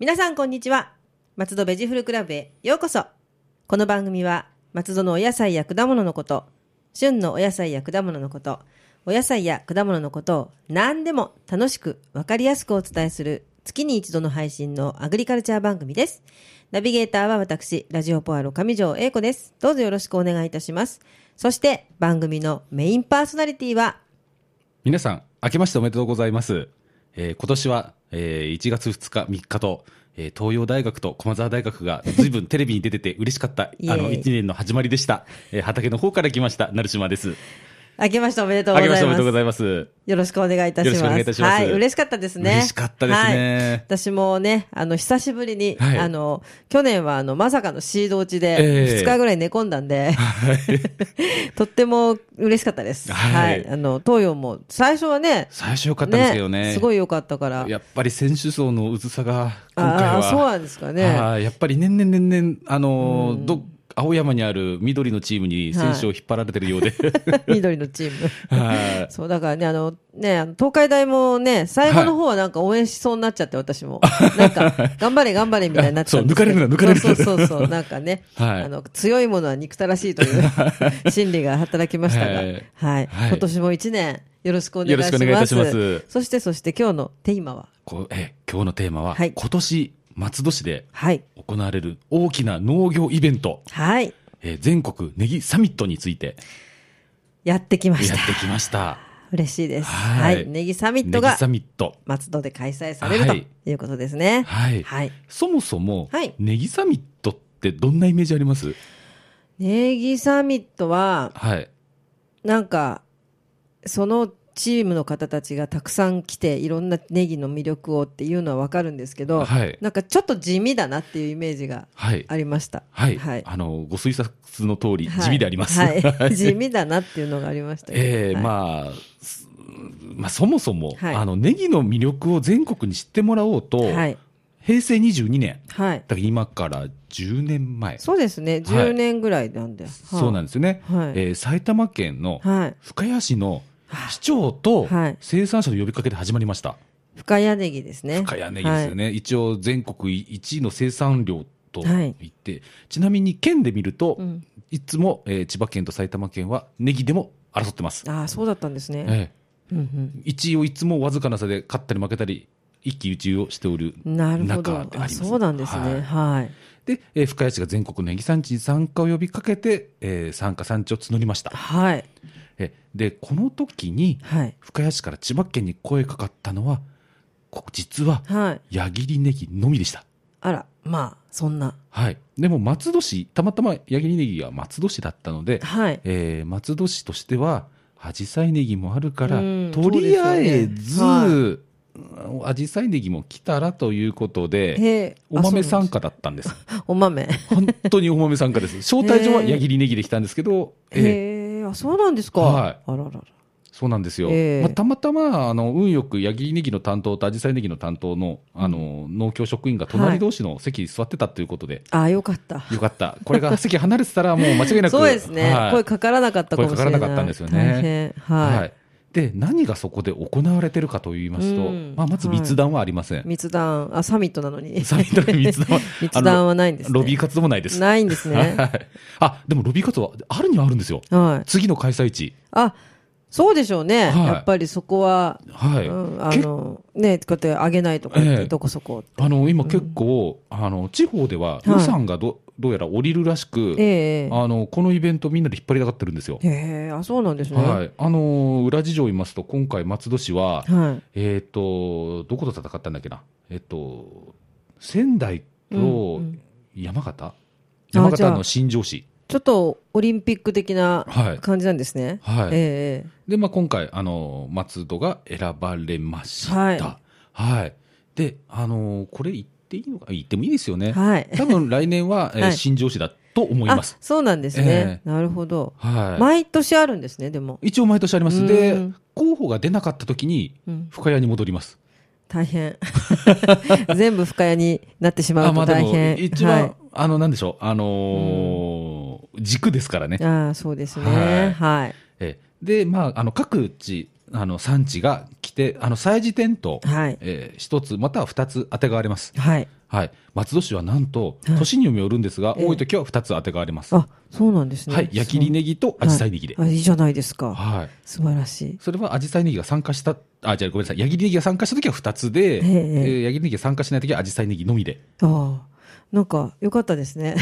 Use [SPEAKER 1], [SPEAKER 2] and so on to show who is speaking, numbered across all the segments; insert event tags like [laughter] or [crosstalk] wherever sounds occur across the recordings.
[SPEAKER 1] 皆さんこんにちは。松戸ベジフルクラブへようこそ。この番組は松戸のお野菜や果物のこと、旬のお野菜や果物のこと、お野菜や果物のことを何でも楽しくわかりやすくお伝えする月に一度の配信のアグリカルチャー番組です。ナビゲーターは私、ラジオポアロ上条英子です。どうぞよろしくお願いいたします。そして番組のメインパーソナリティは
[SPEAKER 2] 皆さん、明けましておめでとうございます。えー今年は、えー1月2日、3日と、えー東洋大学と駒澤大学が随分テレビに出てて嬉しかった、あ
[SPEAKER 1] [laughs] イエーイ
[SPEAKER 2] の、1年の始まりでした。えー畑の方から来ました、成島です。
[SPEAKER 1] 明けましておめでとうご
[SPEAKER 2] 明
[SPEAKER 1] ざ
[SPEAKER 2] け
[SPEAKER 1] い
[SPEAKER 2] ましてお
[SPEAKER 1] ま
[SPEAKER 2] めでとう
[SPEAKER 1] す
[SPEAKER 2] ご。ざいます。
[SPEAKER 1] よろしくお願いいたします。
[SPEAKER 2] よろしくお願いいたしま
[SPEAKER 1] は
[SPEAKER 2] す
[SPEAKER 1] い、嬉しかったですね。
[SPEAKER 2] 嬉しかったですね
[SPEAKER 1] はい私もね、あの、久しぶりに、
[SPEAKER 2] はい
[SPEAKER 1] あの、去年はあの、まさかのシード落ちで、
[SPEAKER 2] ええ
[SPEAKER 1] 2日ぐらい寝込んだんで、 [laughs] とっても嬉しかったです。は、
[SPEAKER 2] はいい
[SPEAKER 1] あの、東洋も、最初はね、
[SPEAKER 2] 最初良かったんですけどね。
[SPEAKER 1] すごい良かったから。
[SPEAKER 2] やっぱり選手層の薄さが、今回
[SPEAKER 1] あ
[SPEAKER 2] は。
[SPEAKER 1] あ、そうなんですかね。
[SPEAKER 2] はいやっぱり年々年々、あのーど、青山にある緑のチームに選手を引っ張られて
[SPEAKER 1] [laughs]
[SPEAKER 2] るようで。
[SPEAKER 1] [laughs] 緑のチーム。
[SPEAKER 2] はい
[SPEAKER 1] そう、だからね、あの、ね、あの東海大もね、最後の方はなんか応援しそうになっちゃって、私
[SPEAKER 2] [laughs]
[SPEAKER 1] も。なんか、頑張れ頑張れみたいになっちゃって。
[SPEAKER 2] そう抜かれるな抜かれるな
[SPEAKER 1] そうそうそうそう、なんかね、
[SPEAKER 2] はい
[SPEAKER 1] あの、強いものは憎たらしいという心理が働きましたが、は
[SPEAKER 2] はいい。はい
[SPEAKER 1] 今年も一年、よろしくお願いします。
[SPEAKER 2] よろしくお願いいたします
[SPEAKER 1] そして、そして今日のテーマは、
[SPEAKER 2] こうえー今日のテーマは、
[SPEAKER 1] はい
[SPEAKER 2] 今年、松戸市で、
[SPEAKER 1] はい。
[SPEAKER 2] 行われる大きな農業イベント、
[SPEAKER 1] はい。
[SPEAKER 2] えー全国ネギサミットについて
[SPEAKER 1] やってきまし
[SPEAKER 2] や
[SPEAKER 1] た。
[SPEAKER 2] ってきました。
[SPEAKER 1] 嬉しいです。は、
[SPEAKER 2] はいい
[SPEAKER 1] ネギサミットが
[SPEAKER 2] ネギサミット。
[SPEAKER 1] 松戸で開催される
[SPEAKER 2] は
[SPEAKER 1] と
[SPEAKER 2] い
[SPEAKER 1] いうことですね。
[SPEAKER 2] はい
[SPEAKER 1] はい。
[SPEAKER 2] そもそも、
[SPEAKER 1] はい
[SPEAKER 2] ネギサミットってどんなイメージあります
[SPEAKER 1] ネギサミットは、
[SPEAKER 2] はい。
[SPEAKER 1] なんか、そのチームの方たちがたくさん来て、いろんなネギの魅力をっていうのはわかるんですけど、
[SPEAKER 2] はい
[SPEAKER 1] なんかちょっと地味だなっていうイメージが
[SPEAKER 2] はい。
[SPEAKER 1] ありました。
[SPEAKER 2] はい。
[SPEAKER 1] はい。
[SPEAKER 2] あの、ご推察の通り、
[SPEAKER 1] はい
[SPEAKER 2] 地味であります。
[SPEAKER 1] はい
[SPEAKER 2] [laughs] はい
[SPEAKER 1] 地味だなっていうのがありましたけど
[SPEAKER 2] ええ
[SPEAKER 1] はい
[SPEAKER 2] まあ、すまあ、そもそも、
[SPEAKER 1] はい
[SPEAKER 2] あの、ネギの魅力を全国に知ってもらおうと、
[SPEAKER 1] はい。
[SPEAKER 2] 平成22年、
[SPEAKER 1] はい。
[SPEAKER 2] だから今から10年前、
[SPEAKER 1] そうですね。10年ぐらいなんで。
[SPEAKER 2] そうなん
[SPEAKER 1] ん
[SPEAKER 2] ですよね。
[SPEAKER 1] はい
[SPEAKER 2] えー埼玉県の
[SPEAKER 1] はい。
[SPEAKER 2] 深谷市の市長と
[SPEAKER 1] はい
[SPEAKER 2] 生産者の呼びかけで始まりました。
[SPEAKER 1] 深谷ネギですね。
[SPEAKER 2] 深谷ネギですよ
[SPEAKER 1] ね。
[SPEAKER 2] ね、一応全国1位の生産量と
[SPEAKER 1] はい
[SPEAKER 2] 言って、ちなみに県で見ると、
[SPEAKER 1] うん
[SPEAKER 2] いつも、えー千葉県と埼玉県はネギでも争ってます。
[SPEAKER 1] ああ、そうだったんですね。
[SPEAKER 2] え
[SPEAKER 1] うんうん
[SPEAKER 2] え1位をいつもわずかな差で勝ったり負けたり、一喜一憂をしておる
[SPEAKER 1] なるほ
[SPEAKER 2] 中で
[SPEAKER 1] ど。
[SPEAKER 2] ありま
[SPEAKER 1] あ
[SPEAKER 2] す。
[SPEAKER 1] そうなんです
[SPEAKER 2] は
[SPEAKER 1] ね。
[SPEAKER 2] い
[SPEAKER 1] はい。
[SPEAKER 2] で、えー深谷市が全国ネギ産地に参加を呼びかけて、えー参加産地を募りました。
[SPEAKER 1] はい。
[SPEAKER 2] えで、この時に、
[SPEAKER 1] はい。
[SPEAKER 2] 深谷市から千葉県に声かかったのは、こ実は、
[SPEAKER 1] はい。
[SPEAKER 2] 矢切ネギのみでした。
[SPEAKER 1] あら、まあ、そんな。
[SPEAKER 2] はい。でも、松戸市、たまたま矢切ネギが松戸市だったので、
[SPEAKER 1] はい。
[SPEAKER 2] えー松戸市としては、紫陽花ネギもあるか
[SPEAKER 1] う
[SPEAKER 2] ら
[SPEAKER 1] ん、
[SPEAKER 2] とりあえず、
[SPEAKER 1] そうです
[SPEAKER 2] うん紫陽花ネギも来たらということで、
[SPEAKER 1] へえ
[SPEAKER 2] お豆参。
[SPEAKER 1] あ
[SPEAKER 2] 加だったんです。
[SPEAKER 1] そうなんですお豆。
[SPEAKER 2] 本当にお豆参
[SPEAKER 1] [laughs]
[SPEAKER 2] 加です。招待状は
[SPEAKER 1] へー
[SPEAKER 2] 矢切ネギで来たんですけど、えー
[SPEAKER 1] へえ、あ、そうなんですか。
[SPEAKER 2] はい
[SPEAKER 1] あららら。
[SPEAKER 2] そうなんですよ、
[SPEAKER 1] ええ
[SPEAKER 2] まあ、たまたまあの運よく、ヤギネギの担当とアジサイネギの担当のあの農協職員が
[SPEAKER 1] はい
[SPEAKER 2] 隣同士の席に座ってたということで、
[SPEAKER 1] あ、よかった。
[SPEAKER 2] よかった、これが席離れてたら、もう間違いな
[SPEAKER 1] [laughs]
[SPEAKER 2] く、
[SPEAKER 1] そうですね、
[SPEAKER 2] はい
[SPEAKER 1] 声かからなかったかもしれない。
[SPEAKER 2] 声かからなかったんですよね
[SPEAKER 1] 大変。はい。
[SPEAKER 2] はいで何がそこで行われてるかと言いますと、
[SPEAKER 1] うん
[SPEAKER 2] まあ、まず密談はありません、
[SPEAKER 1] 密談、あ、サミットなのに。
[SPEAKER 2] [laughs] サミットの密談は
[SPEAKER 1] [laughs] 密談はないんです
[SPEAKER 2] あ
[SPEAKER 1] ね。
[SPEAKER 2] のロビー活動もないです。
[SPEAKER 1] ないんですね。
[SPEAKER 2] はいあでもロビー活動はあるにはあるんですよ、
[SPEAKER 1] はい。
[SPEAKER 2] 次の開催地、
[SPEAKER 1] あ、そうでしょうね。
[SPEAKER 2] はい
[SPEAKER 1] やっぱりそこは、
[SPEAKER 2] はい
[SPEAKER 1] うん、あの、ね、こうやって上げないとこって、
[SPEAKER 2] ええ
[SPEAKER 1] どこそこって。
[SPEAKER 2] あの今、結構、あの地方では予算がど,、どうやら降りるらしく、
[SPEAKER 1] ええ
[SPEAKER 2] あのこのイベント、みんなで引っ張りたがってるんですよ。
[SPEAKER 1] へえ、あ、そうなんですね。
[SPEAKER 2] はい、あのー裏事情を言いますと、今回、松戸市は、
[SPEAKER 1] はい。
[SPEAKER 2] えっ、と、どこと戦ったんだっけな、えっ、と、仙台
[SPEAKER 1] うんう
[SPEAKER 2] と
[SPEAKER 1] ん
[SPEAKER 2] 山形、
[SPEAKER 1] じゃあ
[SPEAKER 2] 山形の新庄市、
[SPEAKER 1] ちょっとオリンピック的な
[SPEAKER 2] はい
[SPEAKER 1] 感じなんですね。
[SPEAKER 2] はい
[SPEAKER 1] ええ
[SPEAKER 2] でまあ、今回、あのー松戸が選ばれました。
[SPEAKER 1] は
[SPEAKER 2] はいいで、あのーこれ言っていいのか、言ってもいいですよね。
[SPEAKER 1] はい。
[SPEAKER 2] 多分来年は、えー
[SPEAKER 1] はい
[SPEAKER 2] 新庄市だと思いま
[SPEAKER 1] あ
[SPEAKER 2] す。
[SPEAKER 1] そうなんですね
[SPEAKER 2] え。
[SPEAKER 1] なるほど。
[SPEAKER 2] はい、
[SPEAKER 1] 毎年あるんですね、でも。
[SPEAKER 2] 一応毎年ありま
[SPEAKER 1] う
[SPEAKER 2] す。
[SPEAKER 1] ん
[SPEAKER 2] で、候補が出なかった時に
[SPEAKER 1] うん、
[SPEAKER 2] 深谷に戻ります。
[SPEAKER 1] 大変。 [laughs] 全部深谷になってしまうと
[SPEAKER 2] で
[SPEAKER 1] 大
[SPEAKER 2] も、
[SPEAKER 1] 変。
[SPEAKER 2] 一番、あの、なんでしょう、あのー軸ですからね
[SPEAKER 1] はい。。ああ、そうですね。はい。
[SPEAKER 2] えで、まあ、あの、各地、あの、産地が来して、あの、祭事テント、
[SPEAKER 1] はい
[SPEAKER 2] えー一つ、または二つ当てがわれます。
[SPEAKER 1] はい。
[SPEAKER 2] はい。松戸市はなんと、
[SPEAKER 1] はい
[SPEAKER 2] 年にもよるんですが、
[SPEAKER 1] ええ
[SPEAKER 2] 多い時は二つ当てがわれます。は
[SPEAKER 1] あ、そうなんですね。
[SPEAKER 2] い。焼きりネギとアジサイネギで。
[SPEAKER 1] はいあいいじゃないですか。
[SPEAKER 2] はい。
[SPEAKER 1] 素晴らしい。
[SPEAKER 2] それはアジサイネギが参加した、あ、じゃあごめんなさい。ヤギネギが参加した時は二つで、
[SPEAKER 1] え
[SPEAKER 2] え
[SPEAKER 1] え
[SPEAKER 2] ーヤギネギが参加しない時はアジサイネギのみで。
[SPEAKER 1] ああ、なんか良かったです
[SPEAKER 2] [laughs]
[SPEAKER 1] ね。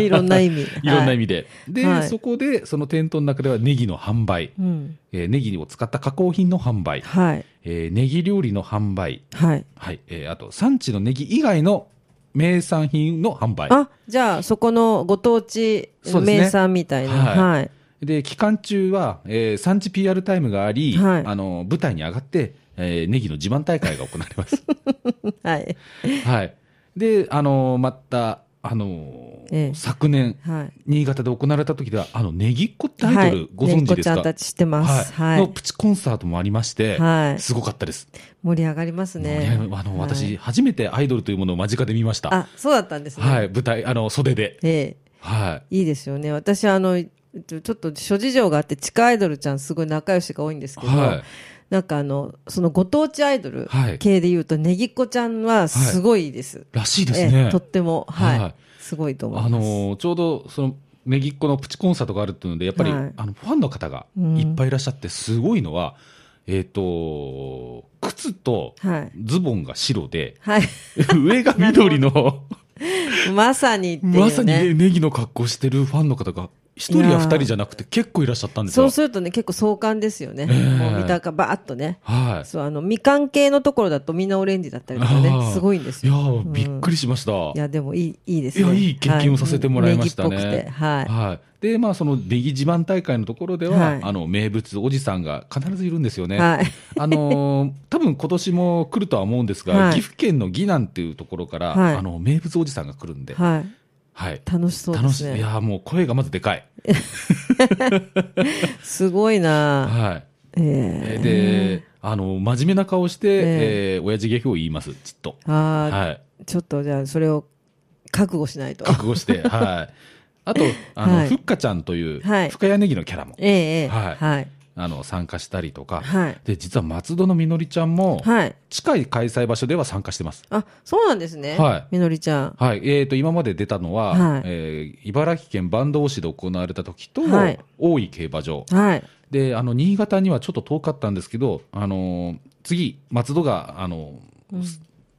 [SPEAKER 1] いろんな意味。
[SPEAKER 2] いろんな
[SPEAKER 1] 味。
[SPEAKER 2] 意味で。で、
[SPEAKER 1] はい
[SPEAKER 2] そこで、そのテントの中ではネギの販売、
[SPEAKER 1] うん。
[SPEAKER 2] えーネギを使った加工品の販売、
[SPEAKER 1] はい。
[SPEAKER 2] えーネギ料理の販売、
[SPEAKER 1] はい。
[SPEAKER 2] はい、えーあと、産地のネギ以外の名産品の販売。
[SPEAKER 1] あ、じゃあ、そこのご当地
[SPEAKER 2] そうですね
[SPEAKER 1] 名産みたいな。
[SPEAKER 2] はい
[SPEAKER 1] はい。
[SPEAKER 2] で、期間中は、えー産地 PR タイムがあり、
[SPEAKER 1] はい
[SPEAKER 2] あの、舞台に上がって、えーネギの自慢大会が行われます。
[SPEAKER 1] はい。
[SPEAKER 2] はい。で、あのまた、あの
[SPEAKER 1] ええ
[SPEAKER 2] 昨年、
[SPEAKER 1] はい。
[SPEAKER 2] 新潟で行われた時では、あの、ネギっ子ってアイドルご存知です
[SPEAKER 1] ねっこちゃ
[SPEAKER 2] か、
[SPEAKER 1] んたち知ってます。は
[SPEAKER 2] の
[SPEAKER 1] い。
[SPEAKER 2] プチコンサートもありまして、
[SPEAKER 1] はい
[SPEAKER 2] すごかったです。
[SPEAKER 1] 盛り上がりますね
[SPEAKER 2] もう。ねあの、
[SPEAKER 1] はい
[SPEAKER 2] 私、。初めてアイドルというものを間近で見ました。
[SPEAKER 1] あ、そうだったんですね。
[SPEAKER 2] はい、舞台、あの、袖で。
[SPEAKER 1] え
[SPEAKER 2] は
[SPEAKER 1] え。いいですよね。私、あの、ちょちょっと諸事情があって、地下アイドルちゃんすごい仲良しが多いんです
[SPEAKER 2] い。
[SPEAKER 1] けど、
[SPEAKER 2] は
[SPEAKER 1] なんかあの、そのご当地アイドル
[SPEAKER 2] はい
[SPEAKER 1] 系で言うと、ネギっ子ちゃんはすごいです。
[SPEAKER 2] い。らしいです
[SPEAKER 1] ええ
[SPEAKER 2] ね
[SPEAKER 1] と。っても、はい。
[SPEAKER 2] はい
[SPEAKER 1] すごいと思います。
[SPEAKER 2] あの、ちょうど、その、ネギっ子のプチコンサートがあるっていうので、やっぱり、
[SPEAKER 1] はい
[SPEAKER 2] あの、ファンの方が
[SPEAKER 1] うん
[SPEAKER 2] いっぱいいらっしゃって、すごいのは、えっ、と、靴と
[SPEAKER 1] はい。
[SPEAKER 2] ズボンが白で、 [laughs]
[SPEAKER 1] はい。 [laughs]
[SPEAKER 2] 上が緑の、
[SPEAKER 1] まさにっていう、ね。
[SPEAKER 2] まさにねネギの格好してるファンの方が、一人や二人じゃなくて結構いらっしゃったんです
[SPEAKER 1] そ
[SPEAKER 2] よ
[SPEAKER 1] う。するとね、結構壮観ですよね。
[SPEAKER 2] ええ
[SPEAKER 1] もう見たか、ばーっとね。
[SPEAKER 2] はい。
[SPEAKER 1] そう、あの、みかん系のところだとみんなオレンジだったりとか
[SPEAKER 2] あ
[SPEAKER 1] ね
[SPEAKER 2] ー、
[SPEAKER 1] すごいんです
[SPEAKER 2] いや
[SPEAKER 1] よ。
[SPEAKER 2] ー
[SPEAKER 1] うん
[SPEAKER 2] びっくりしました。
[SPEAKER 1] いや、でもいい、いいですね。
[SPEAKER 2] いやいい経験をさせてもらいましたね
[SPEAKER 1] はいネギっぽくてはい。
[SPEAKER 2] はい。で、まあ、そのネギ自慢大会のところでは、
[SPEAKER 1] はい
[SPEAKER 2] あの、名物おじさんが必ずいるんですよね。
[SPEAKER 1] はい。
[SPEAKER 2] あのー多分今年も来るとは思うんですが、
[SPEAKER 1] はい
[SPEAKER 2] 岐阜県の岐南っていうところから、
[SPEAKER 1] はい
[SPEAKER 2] あの、名物おじさんが来るんで、はい。
[SPEAKER 1] はい。楽しそうで
[SPEAKER 2] 楽
[SPEAKER 1] す
[SPEAKER 2] しい。い
[SPEAKER 1] ね。
[SPEAKER 2] やーもう声がまずでかい。
[SPEAKER 1] すごいな
[SPEAKER 2] はい。
[SPEAKER 1] え
[SPEAKER 2] え
[SPEAKER 1] え
[SPEAKER 2] ーで、あの、真面目な顔して、
[SPEAKER 1] え
[SPEAKER 2] えー親父芸を言います、ちっと。
[SPEAKER 1] あー
[SPEAKER 2] はい。
[SPEAKER 1] ちょっとじゃあ、それを覚悟しないと。
[SPEAKER 2] 覚
[SPEAKER 1] [laughs]
[SPEAKER 2] 悟して、はい。あと、あの、
[SPEAKER 1] はい
[SPEAKER 2] ふっかちゃんという、
[SPEAKER 1] はい
[SPEAKER 2] 深谷ネギのキャラも、
[SPEAKER 1] ええええ
[SPEAKER 2] はい
[SPEAKER 1] はい。
[SPEAKER 2] あの、参加したりとか、
[SPEAKER 1] はい。
[SPEAKER 2] で、実は松戸のみのりちゃんも、
[SPEAKER 1] はい。
[SPEAKER 2] 近い開催場所では参加してます。
[SPEAKER 1] あ、そうなんですね。
[SPEAKER 2] はい
[SPEAKER 1] みのりちゃん。
[SPEAKER 2] はい。えっ、と、今まで出たのは、
[SPEAKER 1] はい
[SPEAKER 2] えー茨城県坂東市で行われた時と、
[SPEAKER 1] はい
[SPEAKER 2] 大井競馬場。
[SPEAKER 1] はい。
[SPEAKER 2] で、あの、新潟にはちょっと遠かったんですけど、あのー次、松戸が、あのー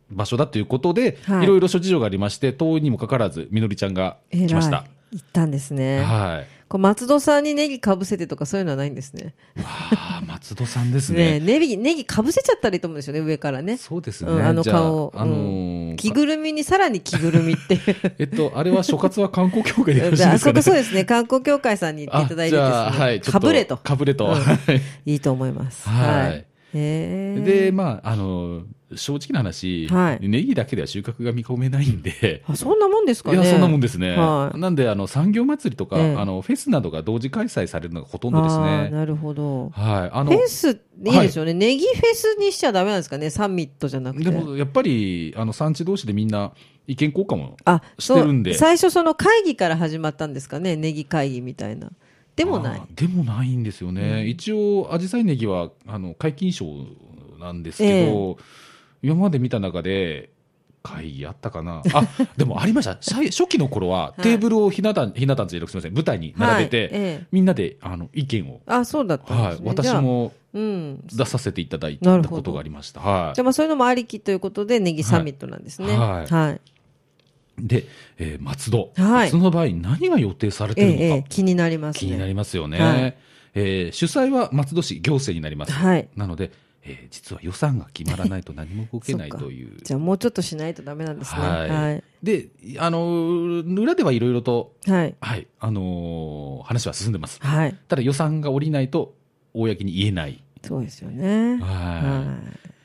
[SPEAKER 2] 場所だということで、
[SPEAKER 1] はい
[SPEAKER 2] いろいろ諸事情がありまして、遠いにもかかわらず、みのりちゃんが
[SPEAKER 1] え
[SPEAKER 2] 来ました。
[SPEAKER 1] い。行ったんですね。
[SPEAKER 2] はい。
[SPEAKER 1] こう松戸さんにネギかぶせてとかそういうのはないんですね。
[SPEAKER 2] ああ、松戸さんです
[SPEAKER 1] ねえ
[SPEAKER 2] ね。
[SPEAKER 1] ネギ、ネギかぶせちゃったらいいと思うんですよね、上からね。
[SPEAKER 2] そうですね。
[SPEAKER 1] うんあの
[SPEAKER 2] じゃ
[SPEAKER 1] 顔を
[SPEAKER 2] あ、あのー
[SPEAKER 1] 着ぐるみにさらに着ぐるみって
[SPEAKER 2] [laughs]
[SPEAKER 1] いう。
[SPEAKER 2] えっと、あれは諸葛は観光協会でよろしい
[SPEAKER 1] じゃあ、
[SPEAKER 2] で
[SPEAKER 1] あ
[SPEAKER 2] すか
[SPEAKER 1] そ
[SPEAKER 2] ね。
[SPEAKER 1] こそうですね、観光協会さんに行っていただいてで
[SPEAKER 2] あじゃあ
[SPEAKER 1] すね、
[SPEAKER 2] はい、ちょっ
[SPEAKER 1] かぶれと。
[SPEAKER 2] かぶれと。
[SPEAKER 1] うん
[SPEAKER 2] はい
[SPEAKER 1] いいと思います。
[SPEAKER 2] はい
[SPEAKER 1] へえ。
[SPEAKER 2] で、まあ、あの、正直な話、
[SPEAKER 1] はい
[SPEAKER 2] ネギだけでは収穫が見込めないんで、
[SPEAKER 1] あ、そんなもんですか
[SPEAKER 2] い
[SPEAKER 1] ね。
[SPEAKER 2] や、そんなもんですね。
[SPEAKER 1] はい
[SPEAKER 2] なんで、あの、産業祭りとか、
[SPEAKER 1] ええ
[SPEAKER 2] あの、フェスなどが同時開催されるのがほとんどです
[SPEAKER 1] あー
[SPEAKER 2] ね。
[SPEAKER 1] なるほど。
[SPEAKER 2] はい。あ
[SPEAKER 1] フ
[SPEAKER 2] の、
[SPEAKER 1] ェス、いいですよね、ネギフェスにしちゃダメなんですかね、サミットじゃなくて。
[SPEAKER 2] でも、やっぱり、あの、産地同士でみんな意見交換も
[SPEAKER 1] あ、
[SPEAKER 2] して
[SPEAKER 1] そう
[SPEAKER 2] るんで
[SPEAKER 1] 最初その会議から始まったんですかね、ネギ会議みたいな。でもない
[SPEAKER 2] あ。ーでもないんですよね、一応、アジサイネギはあの解禁賞なんですけど、今まで見た中で、会議あったかな、
[SPEAKER 1] [laughs]
[SPEAKER 2] あでもありました、最初期の頃は、
[SPEAKER 1] い
[SPEAKER 2] テーブルをひな壇、ひな壇じゃなくてすみません、舞台に並べて、
[SPEAKER 1] はいええ
[SPEAKER 2] みんなであの意見を、
[SPEAKER 1] あ、そうだったん
[SPEAKER 2] は
[SPEAKER 1] で
[SPEAKER 2] い
[SPEAKER 1] す、ね。じ
[SPEAKER 2] 私
[SPEAKER 1] ゃあ。
[SPEAKER 2] も
[SPEAKER 1] うん。
[SPEAKER 2] 出させていただい
[SPEAKER 1] な
[SPEAKER 2] た
[SPEAKER 1] るほど
[SPEAKER 2] ことがありました。は
[SPEAKER 1] じゃあ
[SPEAKER 2] い
[SPEAKER 1] まあそういうのもありきということで、ネギサミットなんですね。
[SPEAKER 2] は
[SPEAKER 1] はいい。
[SPEAKER 2] で、えー松戸、
[SPEAKER 1] はい
[SPEAKER 2] 松戸の場合、何が予定されて
[SPEAKER 1] え
[SPEAKER 2] る
[SPEAKER 1] え
[SPEAKER 2] のか、
[SPEAKER 1] ええ、気になります
[SPEAKER 2] 気にな
[SPEAKER 1] ね。
[SPEAKER 2] りますよね。
[SPEAKER 1] はい
[SPEAKER 2] えー主催は松戸市行政になります。
[SPEAKER 1] はい
[SPEAKER 2] なので、えー実は予算が決まらないと何も動けな
[SPEAKER 1] [laughs]
[SPEAKER 2] い
[SPEAKER 1] そっか
[SPEAKER 2] という。
[SPEAKER 1] じゃあもうちょっとしないとダメなんですね。
[SPEAKER 2] はい
[SPEAKER 1] はい。
[SPEAKER 2] で、あのー裏ではいろいろと、
[SPEAKER 1] はい。
[SPEAKER 2] はい、あのー話は進んでます。
[SPEAKER 1] はい。
[SPEAKER 2] ただ予算が下りないと、公に言えない。
[SPEAKER 1] そうですよね。
[SPEAKER 2] は。
[SPEAKER 1] はい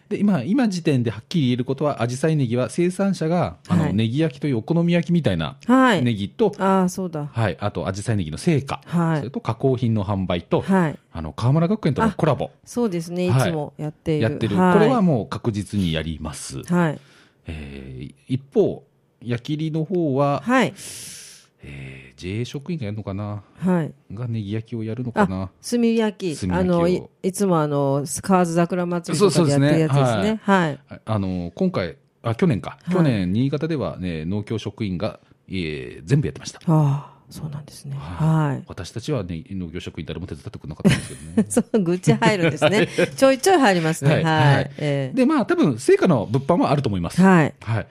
[SPEAKER 2] で、今、今時点ではっきり言えることは、アジサイネギは生産者が、あの、
[SPEAKER 1] はい。
[SPEAKER 2] ネギ焼きというお好み焼きみたいない
[SPEAKER 1] はい。
[SPEAKER 2] ネギと、
[SPEAKER 1] ああ、そうだ。
[SPEAKER 2] はい、あと、アジサイネギの成果、
[SPEAKER 1] は
[SPEAKER 2] それ
[SPEAKER 1] い。
[SPEAKER 2] と加工品の販売と、
[SPEAKER 1] はい。
[SPEAKER 2] あの、河村学園とのコラボ。
[SPEAKER 1] そうですね。い
[SPEAKER 2] はい
[SPEAKER 1] つもやっている。
[SPEAKER 2] やってる、
[SPEAKER 1] い
[SPEAKER 2] これはもう確実にやります、
[SPEAKER 1] はい。
[SPEAKER 2] えー一方、矢切りの方は、
[SPEAKER 1] はい。
[SPEAKER 2] えー JA 職員がやるのかな
[SPEAKER 1] はい。
[SPEAKER 2] がネギ焼きをやるのかな
[SPEAKER 1] 炭焼き。
[SPEAKER 2] 炭焼きを
[SPEAKER 1] あの、いいつもあの、河津桜祭りとかでやってるやつです
[SPEAKER 2] そうそうです
[SPEAKER 1] ね
[SPEAKER 2] ね。
[SPEAKER 1] はい。
[SPEAKER 2] ああの今回あ去年か、
[SPEAKER 1] はい
[SPEAKER 2] 去年新潟では、ね、農協職員が、えー全部やってました
[SPEAKER 1] ああ、そうなんですね。はい。 [laughs]
[SPEAKER 2] 私たちは、ね、農業職員誰も手伝ってくれなかったんですけどね
[SPEAKER 1] そう、愚痴入るんですね。ちょいちょい入りますね。は。
[SPEAKER 2] はいいはい
[SPEAKER 1] [laughs] え
[SPEAKER 2] でまあ多分成果の物販はあると思います
[SPEAKER 1] えはい。
[SPEAKER 2] はい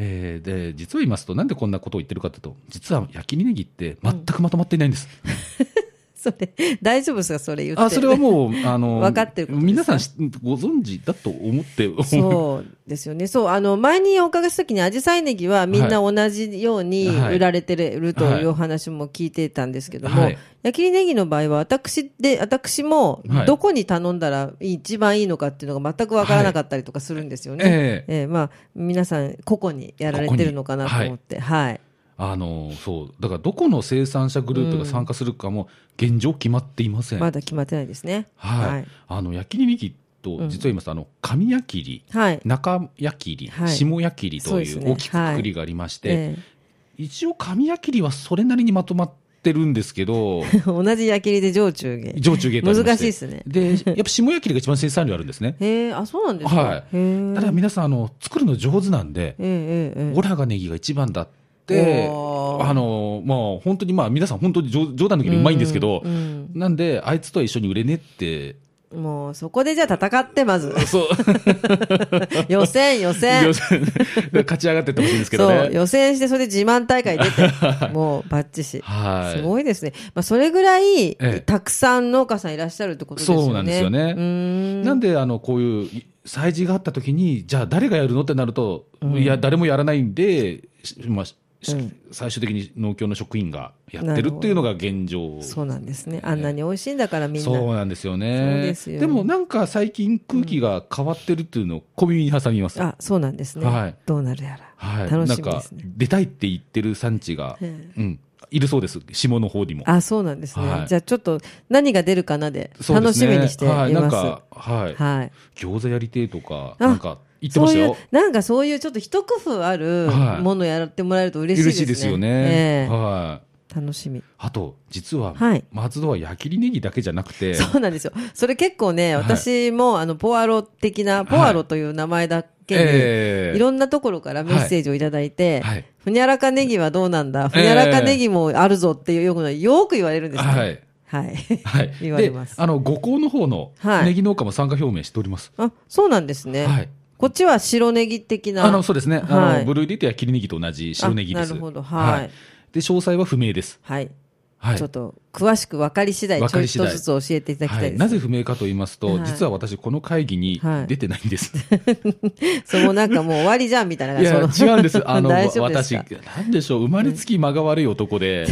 [SPEAKER 2] えーで実を言いますとなんでこんなことを言ってるかというと実は焼きネギって全くまとまっていないんです、
[SPEAKER 1] [laughs] それ、大丈夫ですかそれ言って。
[SPEAKER 2] あそれはもう
[SPEAKER 1] [laughs]
[SPEAKER 2] あの
[SPEAKER 1] わかってることです
[SPEAKER 2] 皆さんしご存知だと思って
[SPEAKER 1] そうですよね。そう、あの、前にお伺いした時に、アジサイネギはみんな同じように
[SPEAKER 2] はい
[SPEAKER 1] 売られてると
[SPEAKER 2] はい
[SPEAKER 1] いうお話も聞いてたんですけども、
[SPEAKER 2] はい
[SPEAKER 1] 焼きネギの場合は、私で、私も
[SPEAKER 2] は、い
[SPEAKER 1] どこに頼んだら一番いいのかっていうのが全くわからなかったりとかするんですよね。
[SPEAKER 2] はい
[SPEAKER 1] ええ
[SPEAKER 2] [laughs] え
[SPEAKER 1] まあ、皆さん、個々にやられてるのかなと思って、はい。
[SPEAKER 2] あのそうだからどこの生産者グループが参加するかも現状決まっていません、
[SPEAKER 1] まだ決まってないですね。
[SPEAKER 2] はい、
[SPEAKER 1] はい
[SPEAKER 2] あの焼きネギと実は言いますと、あの上焼きり
[SPEAKER 1] はい。
[SPEAKER 2] 中焼きり、
[SPEAKER 1] はい
[SPEAKER 2] 下焼きり
[SPEAKER 1] そう
[SPEAKER 2] と
[SPEAKER 1] で
[SPEAKER 2] い
[SPEAKER 1] す
[SPEAKER 2] う
[SPEAKER 1] ね
[SPEAKER 2] 大きくくくりがありまして、
[SPEAKER 1] え
[SPEAKER 2] 一応上焼きりはそれなりにまとまってるんですけど
[SPEAKER 1] え同じ焼き入りで上中下。
[SPEAKER 2] 上中下とありま
[SPEAKER 1] 難
[SPEAKER 2] し
[SPEAKER 1] していですね。
[SPEAKER 2] でやっぱ下焼きりが一番生産量あるんですね
[SPEAKER 1] へえあ、そうなんですか。
[SPEAKER 2] はい
[SPEAKER 1] へえ
[SPEAKER 2] ただ皆さんあの作るの上手なんで
[SPEAKER 1] ええええええ
[SPEAKER 2] オラがネギが一番だって
[SPEAKER 1] おー
[SPEAKER 2] あのまあ本当にまあ皆さん本当に冗冗談の時にうまいんですけど、
[SPEAKER 1] うん
[SPEAKER 2] なんであいつとは一緒に売れ
[SPEAKER 1] [laughs]
[SPEAKER 2] ねって
[SPEAKER 1] うんもうそこでじゃあ戦ってま
[SPEAKER 2] [laughs]
[SPEAKER 1] ず
[SPEAKER 2] そう
[SPEAKER 1] 予選予選
[SPEAKER 2] 要するに [laughs] 勝ち上がってってほしいんですけど
[SPEAKER 1] そう
[SPEAKER 2] ね。
[SPEAKER 1] 予選してそれで自慢大会出てもうバッチシ
[SPEAKER 2] はい。
[SPEAKER 1] すごいですね、まあ、それぐらい
[SPEAKER 2] え
[SPEAKER 1] たくさん農家さんいらっしゃるってことですよね
[SPEAKER 2] そうなんですよね
[SPEAKER 1] うーん
[SPEAKER 2] なんであのこういう催事があった時にじゃあ誰がやるのってなると、いや誰もやらないんで、しまあし
[SPEAKER 1] うん
[SPEAKER 2] 最終的に農協の職員がやってるっていうのが現状。
[SPEAKER 1] そうなんですねあんなに美味しいんだからみんな
[SPEAKER 2] そうなんですよ
[SPEAKER 1] そう
[SPEAKER 2] ね
[SPEAKER 1] ですよ
[SPEAKER 2] もなんか最近空気が変わってるっていうのを小耳に挟みます、
[SPEAKER 1] あそうなんですね、
[SPEAKER 2] はい
[SPEAKER 1] どうなるやら、
[SPEAKER 2] はい、
[SPEAKER 1] 楽
[SPEAKER 2] な
[SPEAKER 1] し
[SPEAKER 2] ん
[SPEAKER 1] みで
[SPEAKER 2] か
[SPEAKER 1] すね
[SPEAKER 2] 出たいって言ってる産地が、
[SPEAKER 1] え
[SPEAKER 2] うん、いるそうです下の方にも
[SPEAKER 1] あそうなんですね、
[SPEAKER 2] はい
[SPEAKER 1] じゃあちょっと何が出るかなで
[SPEAKER 2] そうで
[SPEAKER 1] 楽
[SPEAKER 2] すね
[SPEAKER 1] しみにしています
[SPEAKER 2] はい、なんか、はい、
[SPEAKER 1] はい
[SPEAKER 2] 餃子やりてえとか、
[SPEAKER 1] あ
[SPEAKER 2] なんか言ってましたよ。
[SPEAKER 1] そういう、なんかそういうちょっと一工夫ある
[SPEAKER 2] はい
[SPEAKER 1] ものやってもらえると嬉しいです
[SPEAKER 2] 嬉
[SPEAKER 1] ね。
[SPEAKER 2] しいですよ
[SPEAKER 1] え
[SPEAKER 2] ね。
[SPEAKER 1] え
[SPEAKER 2] はい。
[SPEAKER 1] 楽しみ。
[SPEAKER 2] あと、実は
[SPEAKER 1] はい、
[SPEAKER 2] 松戸は矢切ネギだけじゃなくて、
[SPEAKER 1] そうなんですよ。それ結構ね、
[SPEAKER 2] はい
[SPEAKER 1] 私もあの、ポアロ的な、ポアロという名前だけ
[SPEAKER 2] え
[SPEAKER 1] に、
[SPEAKER 2] え
[SPEAKER 1] いろんなところからメッセージをいただいて
[SPEAKER 2] はい、
[SPEAKER 1] ふにゃらかネギはどうなんだふにゃらかネギもあるぞっていうような、よく言われるんですね。
[SPEAKER 2] は
[SPEAKER 1] はい。 [laughs]
[SPEAKER 2] い。はい。
[SPEAKER 1] 言われます
[SPEAKER 2] であの、五校の方の
[SPEAKER 1] はい
[SPEAKER 2] ネギ農家も参加表明しております。
[SPEAKER 1] あ、そうなんですね。
[SPEAKER 2] はい。
[SPEAKER 1] こっちは白ネギ的な。
[SPEAKER 2] あの、そうですね。
[SPEAKER 1] は
[SPEAKER 2] あ
[SPEAKER 1] い
[SPEAKER 2] の、ブルーリーと矢切ネギと同じ白ネギです。
[SPEAKER 1] あなるほどはい。
[SPEAKER 2] で、詳細は不明です。
[SPEAKER 1] はい。
[SPEAKER 2] はい
[SPEAKER 1] ちょっ。と、詳しく分かり次第、
[SPEAKER 2] 分
[SPEAKER 1] ちょ
[SPEAKER 2] か
[SPEAKER 1] っ
[SPEAKER 2] り次
[SPEAKER 1] と
[SPEAKER 2] 第
[SPEAKER 1] ずつ教えていただきたい
[SPEAKER 2] は
[SPEAKER 1] で
[SPEAKER 2] い
[SPEAKER 1] す。
[SPEAKER 2] なぜ不明かと言いますと
[SPEAKER 1] は、い
[SPEAKER 2] 実は私、この会議に出てない
[SPEAKER 1] [laughs]
[SPEAKER 2] んです。
[SPEAKER 1] そのなんかもう終わりじゃんみたいな。
[SPEAKER 2] いや、
[SPEAKER 1] その
[SPEAKER 2] 違うんです。
[SPEAKER 1] [laughs]
[SPEAKER 2] あの、
[SPEAKER 1] 大丈夫です
[SPEAKER 2] 私、
[SPEAKER 1] か
[SPEAKER 2] なんでしょう、生まれつき間が悪い男で、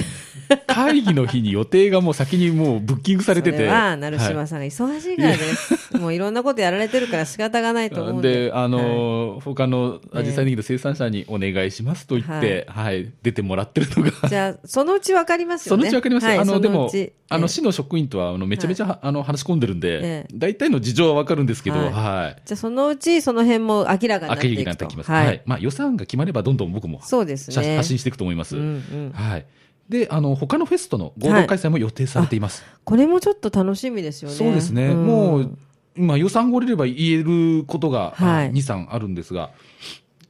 [SPEAKER 2] 会議の日に予定がもう先にもうブッキングされて
[SPEAKER 1] そ
[SPEAKER 2] て。
[SPEAKER 1] れは、成島
[SPEAKER 2] は
[SPEAKER 1] さんが忙しいからです。もういろんなことやられてるから仕方がないと思う
[SPEAKER 2] い
[SPEAKER 1] んで。
[SPEAKER 2] で、あの、他のアジサイネギの生産者にお願いしますと言って、はい、出てもらってるのが。
[SPEAKER 1] じゃあ、そのうちわかりますよ
[SPEAKER 2] そ
[SPEAKER 1] ね。
[SPEAKER 2] のうちわかります、
[SPEAKER 1] はい
[SPEAKER 2] あの、
[SPEAKER 1] そ
[SPEAKER 2] で
[SPEAKER 1] のう
[SPEAKER 2] も
[SPEAKER 1] ち、
[SPEAKER 2] あ
[SPEAKER 1] え
[SPEAKER 2] の、
[SPEAKER 1] え
[SPEAKER 2] 市の職員とは、あの、めちゃめちゃ、あの、話し込んでるん
[SPEAKER 1] ええ
[SPEAKER 2] で、大体の事情はわかるんですけど、
[SPEAKER 1] はい
[SPEAKER 2] はい。
[SPEAKER 1] じゃあ、そのうちその辺も明らかになって
[SPEAKER 2] 明らか
[SPEAKER 1] い
[SPEAKER 2] にな
[SPEAKER 1] く
[SPEAKER 2] って
[SPEAKER 1] と。
[SPEAKER 2] きます。はい。まあ、予算が決まれば、どんどん僕も、
[SPEAKER 1] そうです
[SPEAKER 2] 写
[SPEAKER 1] ね。
[SPEAKER 2] 発信していくと思います。
[SPEAKER 1] うんうん。
[SPEAKER 2] はい。で、あの、他のフェスとの合同開催も予定されています。
[SPEAKER 1] これもちょっと楽しみですよね。
[SPEAKER 2] そうですね。
[SPEAKER 1] ん
[SPEAKER 2] もう、今予算が下りれば言えることが、
[SPEAKER 1] はい
[SPEAKER 2] 2、3あるんですが、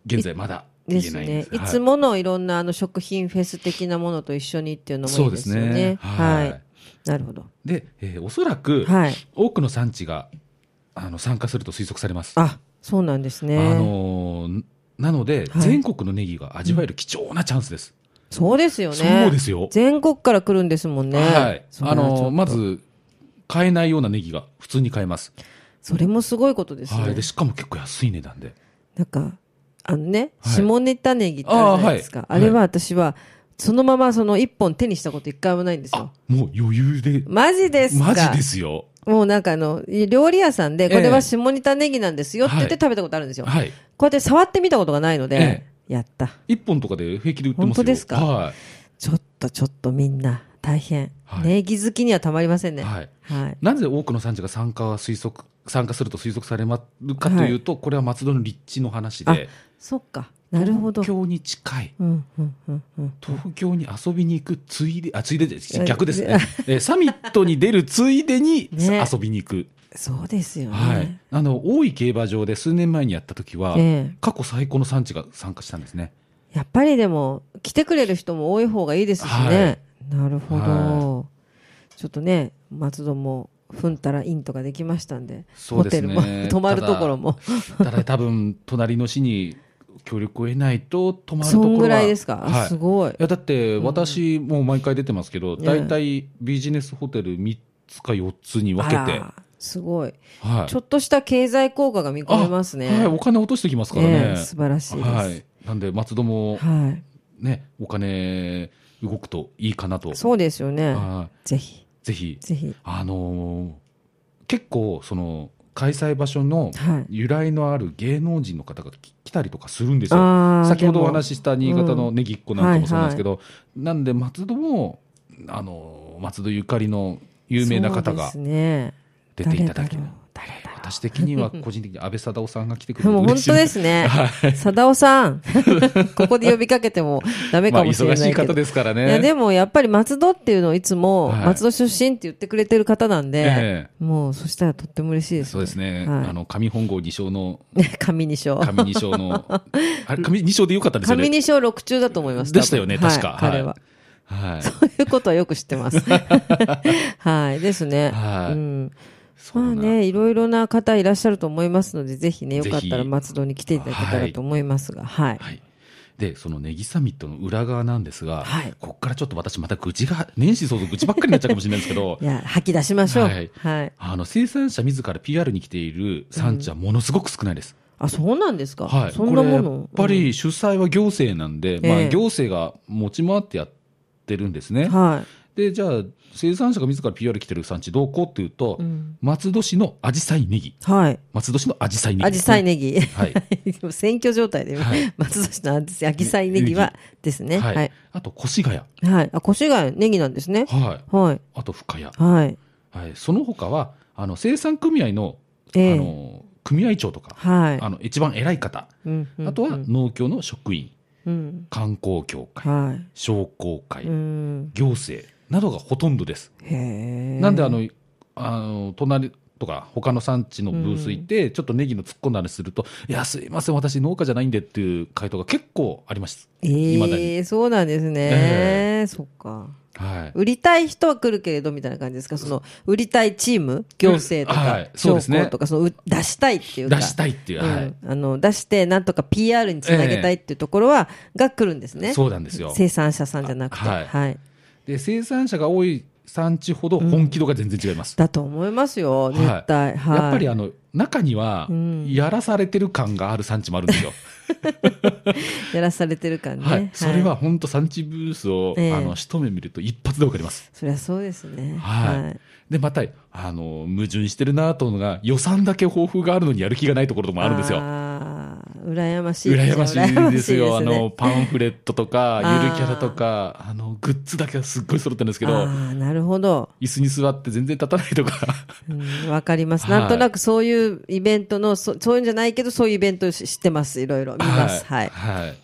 [SPEAKER 2] 現在まだ言
[SPEAKER 1] で
[SPEAKER 2] え
[SPEAKER 1] す
[SPEAKER 2] ないんで
[SPEAKER 1] ね
[SPEAKER 2] す。。
[SPEAKER 1] い
[SPEAKER 2] はい
[SPEAKER 1] つものいろんなあの食品フェス的なものと一緒にっていうのもい
[SPEAKER 2] そ
[SPEAKER 1] いうで
[SPEAKER 2] ですす
[SPEAKER 1] よね
[SPEAKER 2] ね。。
[SPEAKER 1] はい。なるほど。
[SPEAKER 2] い。で、えーおそらく、
[SPEAKER 1] はい。
[SPEAKER 2] 多くの産地が、あの、参加すると推測されます。
[SPEAKER 1] あ、そうなんですね。
[SPEAKER 2] あのーなので、
[SPEAKER 1] はい
[SPEAKER 2] 全国のネギが味わえる貴重なチャンスです。
[SPEAKER 1] そうですよね。
[SPEAKER 2] そうですよ
[SPEAKER 1] 全国から来るんですもんね。
[SPEAKER 2] はい。
[SPEAKER 1] それ
[SPEAKER 2] あ
[SPEAKER 1] はちょっと
[SPEAKER 2] のーま。ず、買えないようなネギが普通に買えます。
[SPEAKER 1] それもすごいことですね。
[SPEAKER 2] はい。で、しかも結構安い値段で。
[SPEAKER 1] なんか、あのね、
[SPEAKER 2] はい
[SPEAKER 1] 下ネタネギってあるじゃないですか。あ,、
[SPEAKER 2] あーはい
[SPEAKER 1] れは私は、そのままその一本手にしたこと一回もないんですよ
[SPEAKER 2] あ。、もう余裕で
[SPEAKER 1] マジですか
[SPEAKER 2] マジですよ。
[SPEAKER 1] もうなんかあの、料理屋さんで、
[SPEAKER 2] ええ
[SPEAKER 1] これは下ネタネギなんですよって言って
[SPEAKER 2] はい
[SPEAKER 1] 食べたことあるんですよ。
[SPEAKER 2] はい。
[SPEAKER 1] こうやって触ってみたことがないので、
[SPEAKER 2] え
[SPEAKER 1] やった。
[SPEAKER 2] 一本とかで平気で売ってますよ。
[SPEAKER 1] 本当ですか
[SPEAKER 2] は
[SPEAKER 1] ちょっとちょっとみんな、大変。
[SPEAKER 2] はい
[SPEAKER 1] ネギ好きにはたまりません
[SPEAKER 2] い。
[SPEAKER 1] ね。
[SPEAKER 2] はい。
[SPEAKER 1] はい。
[SPEAKER 2] なぜ多くの産地が参加は推測、参加すると推測されまるかというと、これは松戸の立地の話で、
[SPEAKER 1] そっか。なるほど
[SPEAKER 2] 東京に近い
[SPEAKER 1] うんうんうんうん
[SPEAKER 2] 東京に遊びに行くついであついでです逆ですね、えーサミットに出るついでに
[SPEAKER 1] [laughs] ね
[SPEAKER 2] 遊びに行く、
[SPEAKER 1] そうですよね、
[SPEAKER 2] はい、あの大井競馬場で数年前にやった時は、
[SPEAKER 1] ええ
[SPEAKER 2] 過去最高の産地が参加したんですね [laughs]
[SPEAKER 1] やっぱりでも来てくれる人も多い方がいいですしね、なるほど、
[SPEAKER 2] は
[SPEAKER 1] ちょっとね松戸も踏んたらインとかできましたんで
[SPEAKER 2] そうですね
[SPEAKER 1] ホテルも泊まるところも
[SPEAKER 2] ただ多分隣の市に協力を得ないと泊まると
[SPEAKER 1] そ
[SPEAKER 2] ころは
[SPEAKER 1] んぐらいですか、あ
[SPEAKER 2] はい、
[SPEAKER 1] す
[SPEAKER 2] い
[SPEAKER 1] ごい
[SPEAKER 2] やだって私もう毎回出てますけど、
[SPEAKER 1] ね
[SPEAKER 2] 大体ビジネスホテル3つか4つに分け
[SPEAKER 1] あ
[SPEAKER 2] て、
[SPEAKER 1] らすごい
[SPEAKER 2] はい、
[SPEAKER 1] ちょっとした経済効果が見込めますね、
[SPEAKER 2] はい、お金落としてきますから
[SPEAKER 1] ええ
[SPEAKER 2] ね。
[SPEAKER 1] 素晴らしいです
[SPEAKER 2] はい。なんで、松戸も
[SPEAKER 1] はい
[SPEAKER 2] ね、お金動くといいかなと。
[SPEAKER 1] そうですよね
[SPEAKER 2] はい
[SPEAKER 1] ぜひ
[SPEAKER 2] ぜひ、
[SPEAKER 1] ぜひ
[SPEAKER 2] あのー結構、その、開催場所の
[SPEAKER 1] はい
[SPEAKER 2] 由来のある芸能人の方がき来たりとかするんですよ。
[SPEAKER 1] あー
[SPEAKER 2] 先ほどお
[SPEAKER 1] で
[SPEAKER 2] 話しした新潟のねぎっこなんかもそうなんですけど、なんで松戸も、あのー松戸ゆかりの
[SPEAKER 1] も
[SPEAKER 2] 有名な方
[SPEAKER 1] そう
[SPEAKER 2] が
[SPEAKER 1] ですね
[SPEAKER 2] 出ていただき、
[SPEAKER 1] 誰ろう誰だろう
[SPEAKER 2] 私的には個人的に安倍貞夫さんが来てくれ
[SPEAKER 1] で
[SPEAKER 2] ると
[SPEAKER 1] も
[SPEAKER 2] 嬉
[SPEAKER 1] 本
[SPEAKER 2] しい
[SPEAKER 1] 当です
[SPEAKER 2] [laughs]
[SPEAKER 1] ね。貞夫さん。 [laughs] ここで呼びかけてもダメ
[SPEAKER 2] ま
[SPEAKER 1] か
[SPEAKER 2] あ、
[SPEAKER 1] もしれ
[SPEAKER 2] 忙
[SPEAKER 1] な
[SPEAKER 2] しい
[SPEAKER 1] いけ
[SPEAKER 2] 方
[SPEAKER 1] ど。
[SPEAKER 2] ですから
[SPEAKER 1] いや
[SPEAKER 2] ね。
[SPEAKER 1] でもやっぱり松戸っていうのをいつも
[SPEAKER 2] はい
[SPEAKER 1] 松戸出身って言ってくれてる方なんで、
[SPEAKER 2] え
[SPEAKER 1] もうそしたらとっても嬉しいです、
[SPEAKER 2] そうですね、
[SPEAKER 1] はい
[SPEAKER 2] あの上本郷二章の
[SPEAKER 1] [laughs] ね。上二章。
[SPEAKER 2] 上二章の
[SPEAKER 1] [laughs]
[SPEAKER 2] あれ上二章でよかったですよ
[SPEAKER 1] 上
[SPEAKER 2] ね。
[SPEAKER 1] 二章六中だと思います。
[SPEAKER 2] でしたよね
[SPEAKER 1] 多分
[SPEAKER 2] 確か
[SPEAKER 1] はい彼は
[SPEAKER 2] は。はい、
[SPEAKER 1] そういう [laughs] ことはよく知って
[SPEAKER 2] [laughs]
[SPEAKER 1] ます。はい。ですね。
[SPEAKER 2] はい
[SPEAKER 1] うん。
[SPEAKER 2] そ
[SPEAKER 1] まあ
[SPEAKER 2] うな
[SPEAKER 1] ね、いろいろな方いらっしゃると思いますので、ぜひね、よかった
[SPEAKER 2] ぜ
[SPEAKER 1] ら
[SPEAKER 2] ひ
[SPEAKER 1] 松戸に来ていただけたらと思いますが、はい。
[SPEAKER 2] はい。でそのネギサミットの裏側なんですが、
[SPEAKER 1] はい
[SPEAKER 2] ここからちょっと私また愚痴が年始早々愚痴ばっかりになっちゃうかもしれないんですけど
[SPEAKER 1] いや、吐き出しましょう。
[SPEAKER 2] はい
[SPEAKER 1] はい
[SPEAKER 2] あの生産者自ら PR に来ている産地はものすごく少ないです。
[SPEAKER 1] あ、そうなんですか。
[SPEAKER 2] はい、
[SPEAKER 1] そんなも
[SPEAKER 2] これ
[SPEAKER 1] の。
[SPEAKER 2] やっぱり主催は行政なんで、ま
[SPEAKER 1] え
[SPEAKER 2] あ、
[SPEAKER 1] え
[SPEAKER 2] 行政が持ち回ってやってるんですね。
[SPEAKER 1] うんはい。
[SPEAKER 2] でじゃあ生産者が自ら PR 来てる産地どうこうっていうと、
[SPEAKER 1] うん
[SPEAKER 2] 松戸市の紫陽花ネギ
[SPEAKER 1] はい。
[SPEAKER 2] 松戸市の紫陽花
[SPEAKER 1] ア
[SPEAKER 2] ネギ
[SPEAKER 1] ジ
[SPEAKER 2] ですね、
[SPEAKER 1] サイネギ。 [laughs]
[SPEAKER 2] はい
[SPEAKER 1] でも選挙状態で、
[SPEAKER 2] はい
[SPEAKER 1] [laughs] 松戸市のアジサイネギはですね。は。
[SPEAKER 2] はいい
[SPEAKER 1] はい。
[SPEAKER 2] あと越谷、は
[SPEAKER 1] あ、越谷ネギなんですね。
[SPEAKER 2] い、
[SPEAKER 1] はい。
[SPEAKER 2] あと深谷、
[SPEAKER 1] はい。
[SPEAKER 2] はい、その他はあの生産組合の,、
[SPEAKER 1] ええ
[SPEAKER 2] あの組合長とか、
[SPEAKER 1] は
[SPEAKER 2] あの一番偉い方、
[SPEAKER 1] い。うんうん
[SPEAKER 2] あとは
[SPEAKER 1] うん
[SPEAKER 2] 農協の職員
[SPEAKER 1] うん。
[SPEAKER 2] 観光協会、
[SPEAKER 1] は
[SPEAKER 2] 商工会、
[SPEAKER 1] い。うん。
[SPEAKER 2] 行政などがほとんどです。
[SPEAKER 1] へえ。
[SPEAKER 2] なんであの、あの隣とか他の産地のブース行って、ちょっとネギの突っ込んだりすると、いや、すいません、私農家じゃないんでっていう回答が結構あります。未だ
[SPEAKER 1] ええ、
[SPEAKER 2] に
[SPEAKER 1] そうなんです
[SPEAKER 2] え
[SPEAKER 1] ね。そっか。
[SPEAKER 2] はい。
[SPEAKER 1] 売りたい人は来るけれどみたいな感じですかその、売りたいチーム行政と
[SPEAKER 2] は
[SPEAKER 1] か
[SPEAKER 2] い、そう
[SPEAKER 1] 商
[SPEAKER 2] ですね
[SPEAKER 1] 工とか、その、う出したいっていうか。
[SPEAKER 2] 出したいっていう、
[SPEAKER 1] う
[SPEAKER 2] はい
[SPEAKER 1] ん、あの出してなんとか PR につなげたいっていうところは、が来るんですね
[SPEAKER 2] そうなんですよ。
[SPEAKER 1] 生産者さんじゃなくて、
[SPEAKER 2] あ
[SPEAKER 1] は
[SPEAKER 2] はいいで、生産者が多い産地ほど本気度が全然違います。
[SPEAKER 1] だと思いますよ絶対、はい
[SPEAKER 2] やっぱりあの中には
[SPEAKER 1] うん
[SPEAKER 2] やらされてる感がある産地もあるんですよ。
[SPEAKER 1] やらされてる感ね、
[SPEAKER 2] はい、それは本当産地ブースを、
[SPEAKER 1] ええ
[SPEAKER 2] あの一目見ると一発でわかります。
[SPEAKER 1] そりゃそうですね
[SPEAKER 2] はいでまたあの矛盾してるなと思うのが予算だけ豊富があるのにやる気がないところもあるんですよ。
[SPEAKER 1] あー羨ましい
[SPEAKER 2] 羨ましいですよ
[SPEAKER 1] 羨ましい
[SPEAKER 2] あのパンフレットとか
[SPEAKER 1] あー
[SPEAKER 2] ゆるキャラとかあのグッズだけはすっごい揃ってるんですけ
[SPEAKER 1] あ
[SPEAKER 2] ど
[SPEAKER 1] ーなるほど、
[SPEAKER 2] 椅子に座って全然立たないとか
[SPEAKER 1] うん、わかります、
[SPEAKER 2] はい
[SPEAKER 1] なんとなくそういうイベントのそそういうんじゃないけどそういうイベントを知知ってますいろいろ見ますはい、
[SPEAKER 2] はい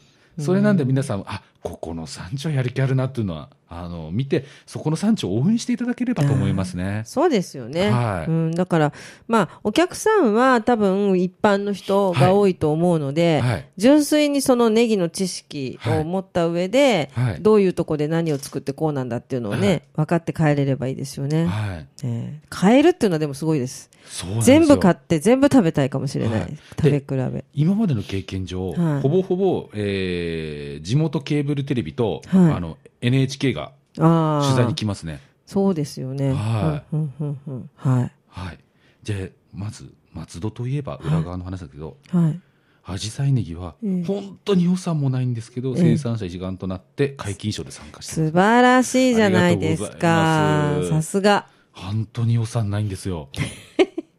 [SPEAKER 2] それなんで皆さんあここの産地はやる気あるなっていうのはあの見てそこの産地を応援していただければと思いますね。
[SPEAKER 1] そうですよね、
[SPEAKER 2] は
[SPEAKER 1] う
[SPEAKER 2] い
[SPEAKER 1] ん、だから、まあ、お客さんは多分一般の人が多いと思うので、
[SPEAKER 2] はい
[SPEAKER 1] 純粋にそのネギの知識を持った上で、
[SPEAKER 2] はい
[SPEAKER 1] どういうとこで何を作ってこうなんだっていうのをね、
[SPEAKER 2] はい
[SPEAKER 1] 分かって帰れればいいですよね。
[SPEAKER 2] はい、
[SPEAKER 1] ええ買えるっていうのはでもすごいです。
[SPEAKER 2] そうなんですよ
[SPEAKER 1] 全部買って全部食べたいかもしれない。
[SPEAKER 2] はい
[SPEAKER 1] 食べ
[SPEAKER 2] で
[SPEAKER 1] 比べ。
[SPEAKER 2] 今までの経験上、
[SPEAKER 1] はい
[SPEAKER 2] ほぼほぼ、えー地元ケーブルテレビと、
[SPEAKER 1] はい
[SPEAKER 2] あの NHK が
[SPEAKER 1] ああ。
[SPEAKER 2] 取材に来ますね。
[SPEAKER 1] そうですよね。
[SPEAKER 2] は
[SPEAKER 1] うんうんうんうんはい。
[SPEAKER 2] はい、でまず松戸といえば裏側の話だけど、
[SPEAKER 1] はい。
[SPEAKER 2] 紫陽花ネギは
[SPEAKER 1] うん
[SPEAKER 2] 本当に予算もないんですけど、
[SPEAKER 1] ん
[SPEAKER 2] 生産者一丸となって皆勤賞で参加してる、
[SPEAKER 1] 素晴らしいじゃないです
[SPEAKER 2] あ
[SPEAKER 1] か。
[SPEAKER 2] りがとうござい
[SPEAKER 1] さ
[SPEAKER 2] ます
[SPEAKER 1] が。
[SPEAKER 2] 本当に予算ないんですよ。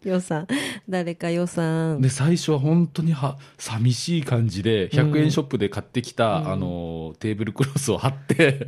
[SPEAKER 1] 予算。誰か予算。
[SPEAKER 2] で最初は本当には寂しい感じで100円ショップで買ってきた、あのテーブルクロスを貼って。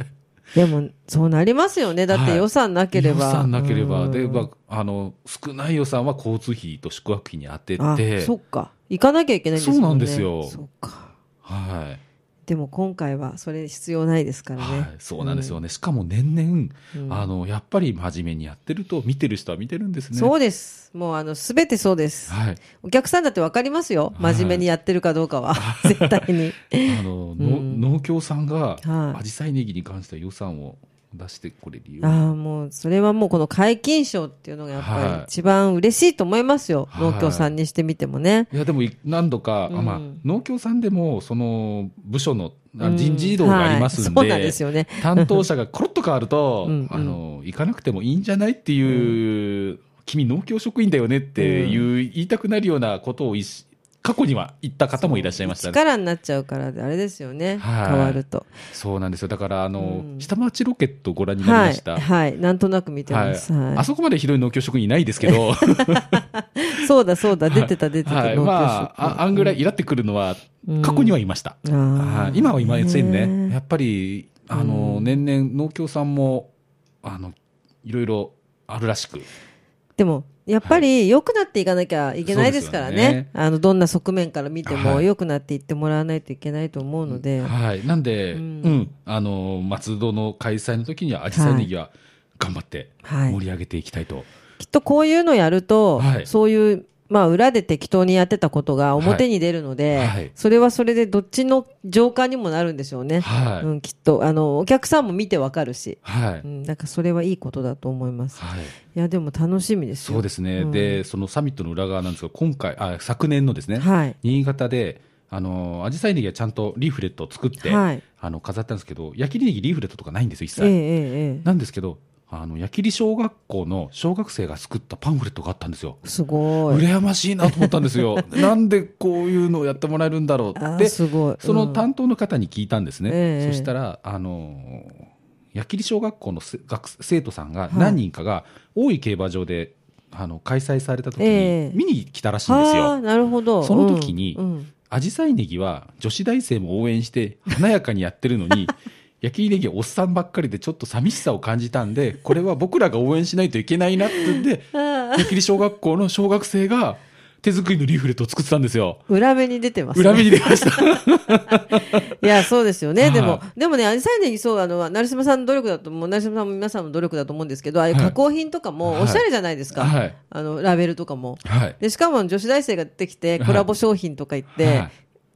[SPEAKER 1] でも、そうなりますよね。だっ
[SPEAKER 2] は
[SPEAKER 1] て
[SPEAKER 2] い
[SPEAKER 1] 予算なければ。
[SPEAKER 2] 予算なければ、
[SPEAKER 1] うん
[SPEAKER 2] で、まあ、あの、少ない予算は交通費と宿泊費に当て
[SPEAKER 1] あ
[SPEAKER 2] て、
[SPEAKER 1] そっか。行かなきゃいけないんですもんね。
[SPEAKER 2] そうなんですよ
[SPEAKER 1] そっか。
[SPEAKER 2] はい
[SPEAKER 1] でも今回はそれ必要ないですからね、
[SPEAKER 2] はい、そうなんですよね、しかも年々、
[SPEAKER 1] うん
[SPEAKER 2] あのやっぱり真面目にやってると見てる人は見てるんですね
[SPEAKER 1] そうですもうあの全てそうです、
[SPEAKER 2] はい、
[SPEAKER 1] お客さんだって分かりますよ
[SPEAKER 2] はい
[SPEAKER 1] 真面目にやってるかどうかは、 [laughs] 絶対に
[SPEAKER 2] あの、の
[SPEAKER 1] うん
[SPEAKER 2] 農協さんが
[SPEAKER 1] はい
[SPEAKER 2] 紫陽花ネギに関しては予算を出してこれるように
[SPEAKER 1] ああもうそれはもうこの解禁賞っていうのがやっぱ
[SPEAKER 2] は
[SPEAKER 1] り
[SPEAKER 2] い
[SPEAKER 1] 一番嬉しいと思いますよ、
[SPEAKER 2] はい
[SPEAKER 1] 農協さんにしてみてもね
[SPEAKER 2] いやでもい何度か、
[SPEAKER 1] うん
[SPEAKER 2] あまあ、農協さんでもその部署のあ
[SPEAKER 1] うん
[SPEAKER 2] 人事異動がありますんで,、
[SPEAKER 1] はいそうなんですよね
[SPEAKER 2] 担当者がコロッと変わると
[SPEAKER 1] うんうん
[SPEAKER 2] あの行かなくてもいいんじゃないっていう、君農協職員だよねっていう、言いたくなるようなことをいし過去には言った方もいらっしゃいましたね。
[SPEAKER 1] 力になっちゃうからであれですよね、
[SPEAKER 2] はい
[SPEAKER 1] 変わると
[SPEAKER 2] そうなんですよだからあの、
[SPEAKER 1] うん
[SPEAKER 2] 下町ロケットご覧になり
[SPEAKER 1] は
[SPEAKER 2] ま
[SPEAKER 1] い
[SPEAKER 2] した、
[SPEAKER 1] はいなんとなく見て
[SPEAKER 2] は
[SPEAKER 1] ま
[SPEAKER 2] い
[SPEAKER 1] す、はい
[SPEAKER 2] あそこまでひどい農協職員いないですけど、
[SPEAKER 1] そうだそうだ [laughs] 出てた出てた、
[SPEAKER 2] はい、
[SPEAKER 1] 農協
[SPEAKER 2] まああ、あんぐらいイラってくるのは
[SPEAKER 1] うん
[SPEAKER 2] 過去にはいました。
[SPEAKER 1] あー
[SPEAKER 2] はい今はいませんね。
[SPEAKER 1] ね
[SPEAKER 2] やっぱり、あの、年々農協さんも、あの、いろいろあるらしく。
[SPEAKER 1] でもやっぱり良くなっていかなきゃいけないですからね,、
[SPEAKER 2] そうですよね
[SPEAKER 1] あのどんな側面から見ても
[SPEAKER 2] はい
[SPEAKER 1] 良くなっていってもらわないといけないと思うので、
[SPEAKER 2] はい。なんで、
[SPEAKER 1] う
[SPEAKER 2] うんん、あの、松戸の開催の時には、アジサイネギは頑張って
[SPEAKER 1] はい
[SPEAKER 2] 盛り上げていきたいと。
[SPEAKER 1] きっとこういうのやると、
[SPEAKER 2] はい
[SPEAKER 1] そういう、まあ、裏で適当にやってたことが表に出るので、
[SPEAKER 2] はいはい
[SPEAKER 1] それはそれでどっちの浄化にもなるんでしょうね、
[SPEAKER 2] はい。
[SPEAKER 1] うん、きっとあのお客さんも見てわかるし、
[SPEAKER 2] はい。は
[SPEAKER 1] う
[SPEAKER 2] い。
[SPEAKER 1] ん、なんかそれはいいことだと思います、い、やでも楽しみですよ
[SPEAKER 2] そうですね、
[SPEAKER 1] うん
[SPEAKER 2] で、そのサミットの裏側なんですが、今回、あ、昨年のですね、
[SPEAKER 1] はい
[SPEAKER 2] 新潟で、あの、アジサイネギはちゃんとリーフレットを作って、
[SPEAKER 1] はい
[SPEAKER 2] あの、飾ったんですけど、焼きネギリーフレットとかないんですよ、一切。
[SPEAKER 1] えええええ
[SPEAKER 2] なんですけど、あの、矢切小学校の小学生が作ったパンフレットがあったんですよ。
[SPEAKER 1] えすごい
[SPEAKER 2] 羨ましいなと思ったんです
[SPEAKER 1] [laughs]
[SPEAKER 2] よ。なんでこういうのをやってもらえるんだろ
[SPEAKER 1] あ
[SPEAKER 2] うっ
[SPEAKER 1] ー
[SPEAKER 2] て、
[SPEAKER 1] すごい、うん
[SPEAKER 2] その担当の方に聞いたんですね。
[SPEAKER 1] ええ
[SPEAKER 2] そしたら、あのー、矢切小学校のせ学生徒さんが何人かが、大井競馬場で、あの、開催された時
[SPEAKER 1] ええ
[SPEAKER 2] に、見に来たらしいんです
[SPEAKER 1] あ
[SPEAKER 2] よ
[SPEAKER 1] ー。なるほど。
[SPEAKER 2] その時に
[SPEAKER 1] うんうん
[SPEAKER 2] 紫陽花ネギは女子大生も応援して華やかにやってるの
[SPEAKER 1] [laughs]
[SPEAKER 2] に焼きネギはおっさんばっかりでちょっと寂しさを感じたんでこれは僕らが応援しないといけないなって言って
[SPEAKER 1] あー
[SPEAKER 2] 焼き小学校の小学生が手作りのリーフレットを作ってたんですよ。
[SPEAKER 1] 裏目に出てます、ね。
[SPEAKER 2] 裏目に出ました。
[SPEAKER 1] いや、そうですよね。
[SPEAKER 2] はい
[SPEAKER 1] でも、でもね、アジサイネギ、そう、あの、成島さんの努力だと思う、成島さんも皆さんの努力だと思うんですけど、ああいう
[SPEAKER 2] はい
[SPEAKER 1] 加工品とかも
[SPEAKER 2] はい
[SPEAKER 1] おしゃれじゃないですか。
[SPEAKER 2] はい
[SPEAKER 1] あの、ラベルとかも。
[SPEAKER 2] はい。
[SPEAKER 1] で、しかも女子大生がってきて、
[SPEAKER 2] はい
[SPEAKER 1] コラボ商品とか言って、
[SPEAKER 2] は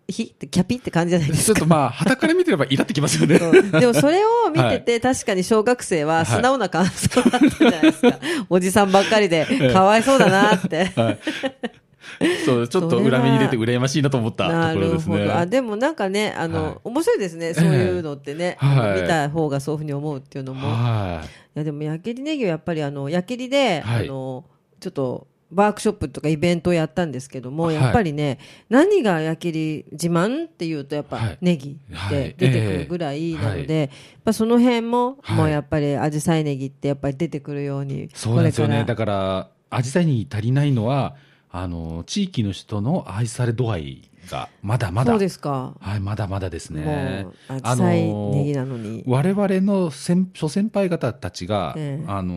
[SPEAKER 1] ひってキャピって感じじゃない
[SPEAKER 2] い
[SPEAKER 1] で
[SPEAKER 2] ちょ
[SPEAKER 1] す
[SPEAKER 2] っと
[SPEAKER 1] か。
[SPEAKER 2] まあ、傍から見てればイラってきますよね。
[SPEAKER 1] そうでもそれを見てて、確かに小学生は素直な感想だったじゃないですか。
[SPEAKER 2] [laughs]
[SPEAKER 1] おじさんばっかりで、
[SPEAKER 2] え
[SPEAKER 1] かわいそうだな
[SPEAKER 2] [laughs]
[SPEAKER 1] って。
[SPEAKER 2] そう、ちょっと裏目に出て羨ましいなと思った
[SPEAKER 1] な
[SPEAKER 2] ところ
[SPEAKER 1] る
[SPEAKER 2] です
[SPEAKER 1] ほど。
[SPEAKER 2] ね。
[SPEAKER 1] あ、でもなんかね、あの、
[SPEAKER 2] はい
[SPEAKER 1] 面白いですね。そういうのってね。
[SPEAKER 2] ええはい
[SPEAKER 1] 見た方がそういうふうに思うっていうのも。
[SPEAKER 2] はい
[SPEAKER 1] やでもやけりネギはやっぱりあのやけりで、
[SPEAKER 2] はい
[SPEAKER 1] あのちょっとワークショップとかイベントをやったんですけども、
[SPEAKER 2] はい
[SPEAKER 1] やっぱりね何がやけり自慢っていうとやっ
[SPEAKER 2] は
[SPEAKER 1] ぱ
[SPEAKER 2] い
[SPEAKER 1] ネギっ
[SPEAKER 2] は
[SPEAKER 1] て
[SPEAKER 2] い
[SPEAKER 1] 出てくるぐらいなので、
[SPEAKER 2] え
[SPEAKER 1] やっぱその辺も、
[SPEAKER 2] はい
[SPEAKER 1] もうやっぱりアジサイネギってやっぱり出てくるように
[SPEAKER 2] そうなんですよね。
[SPEAKER 1] これ
[SPEAKER 2] だ
[SPEAKER 1] か
[SPEAKER 2] から、アジサイに足りないのは、あの、地域の人の愛され度合いが、まだ
[SPEAKER 1] ら
[SPEAKER 2] ま
[SPEAKER 1] そ
[SPEAKER 2] だ
[SPEAKER 1] う。ですか、
[SPEAKER 2] はい、まだまだですね
[SPEAKER 1] もう。アジサイネギなのに、
[SPEAKER 2] 我々の先諸先輩方たちが、
[SPEAKER 1] ええ
[SPEAKER 2] あの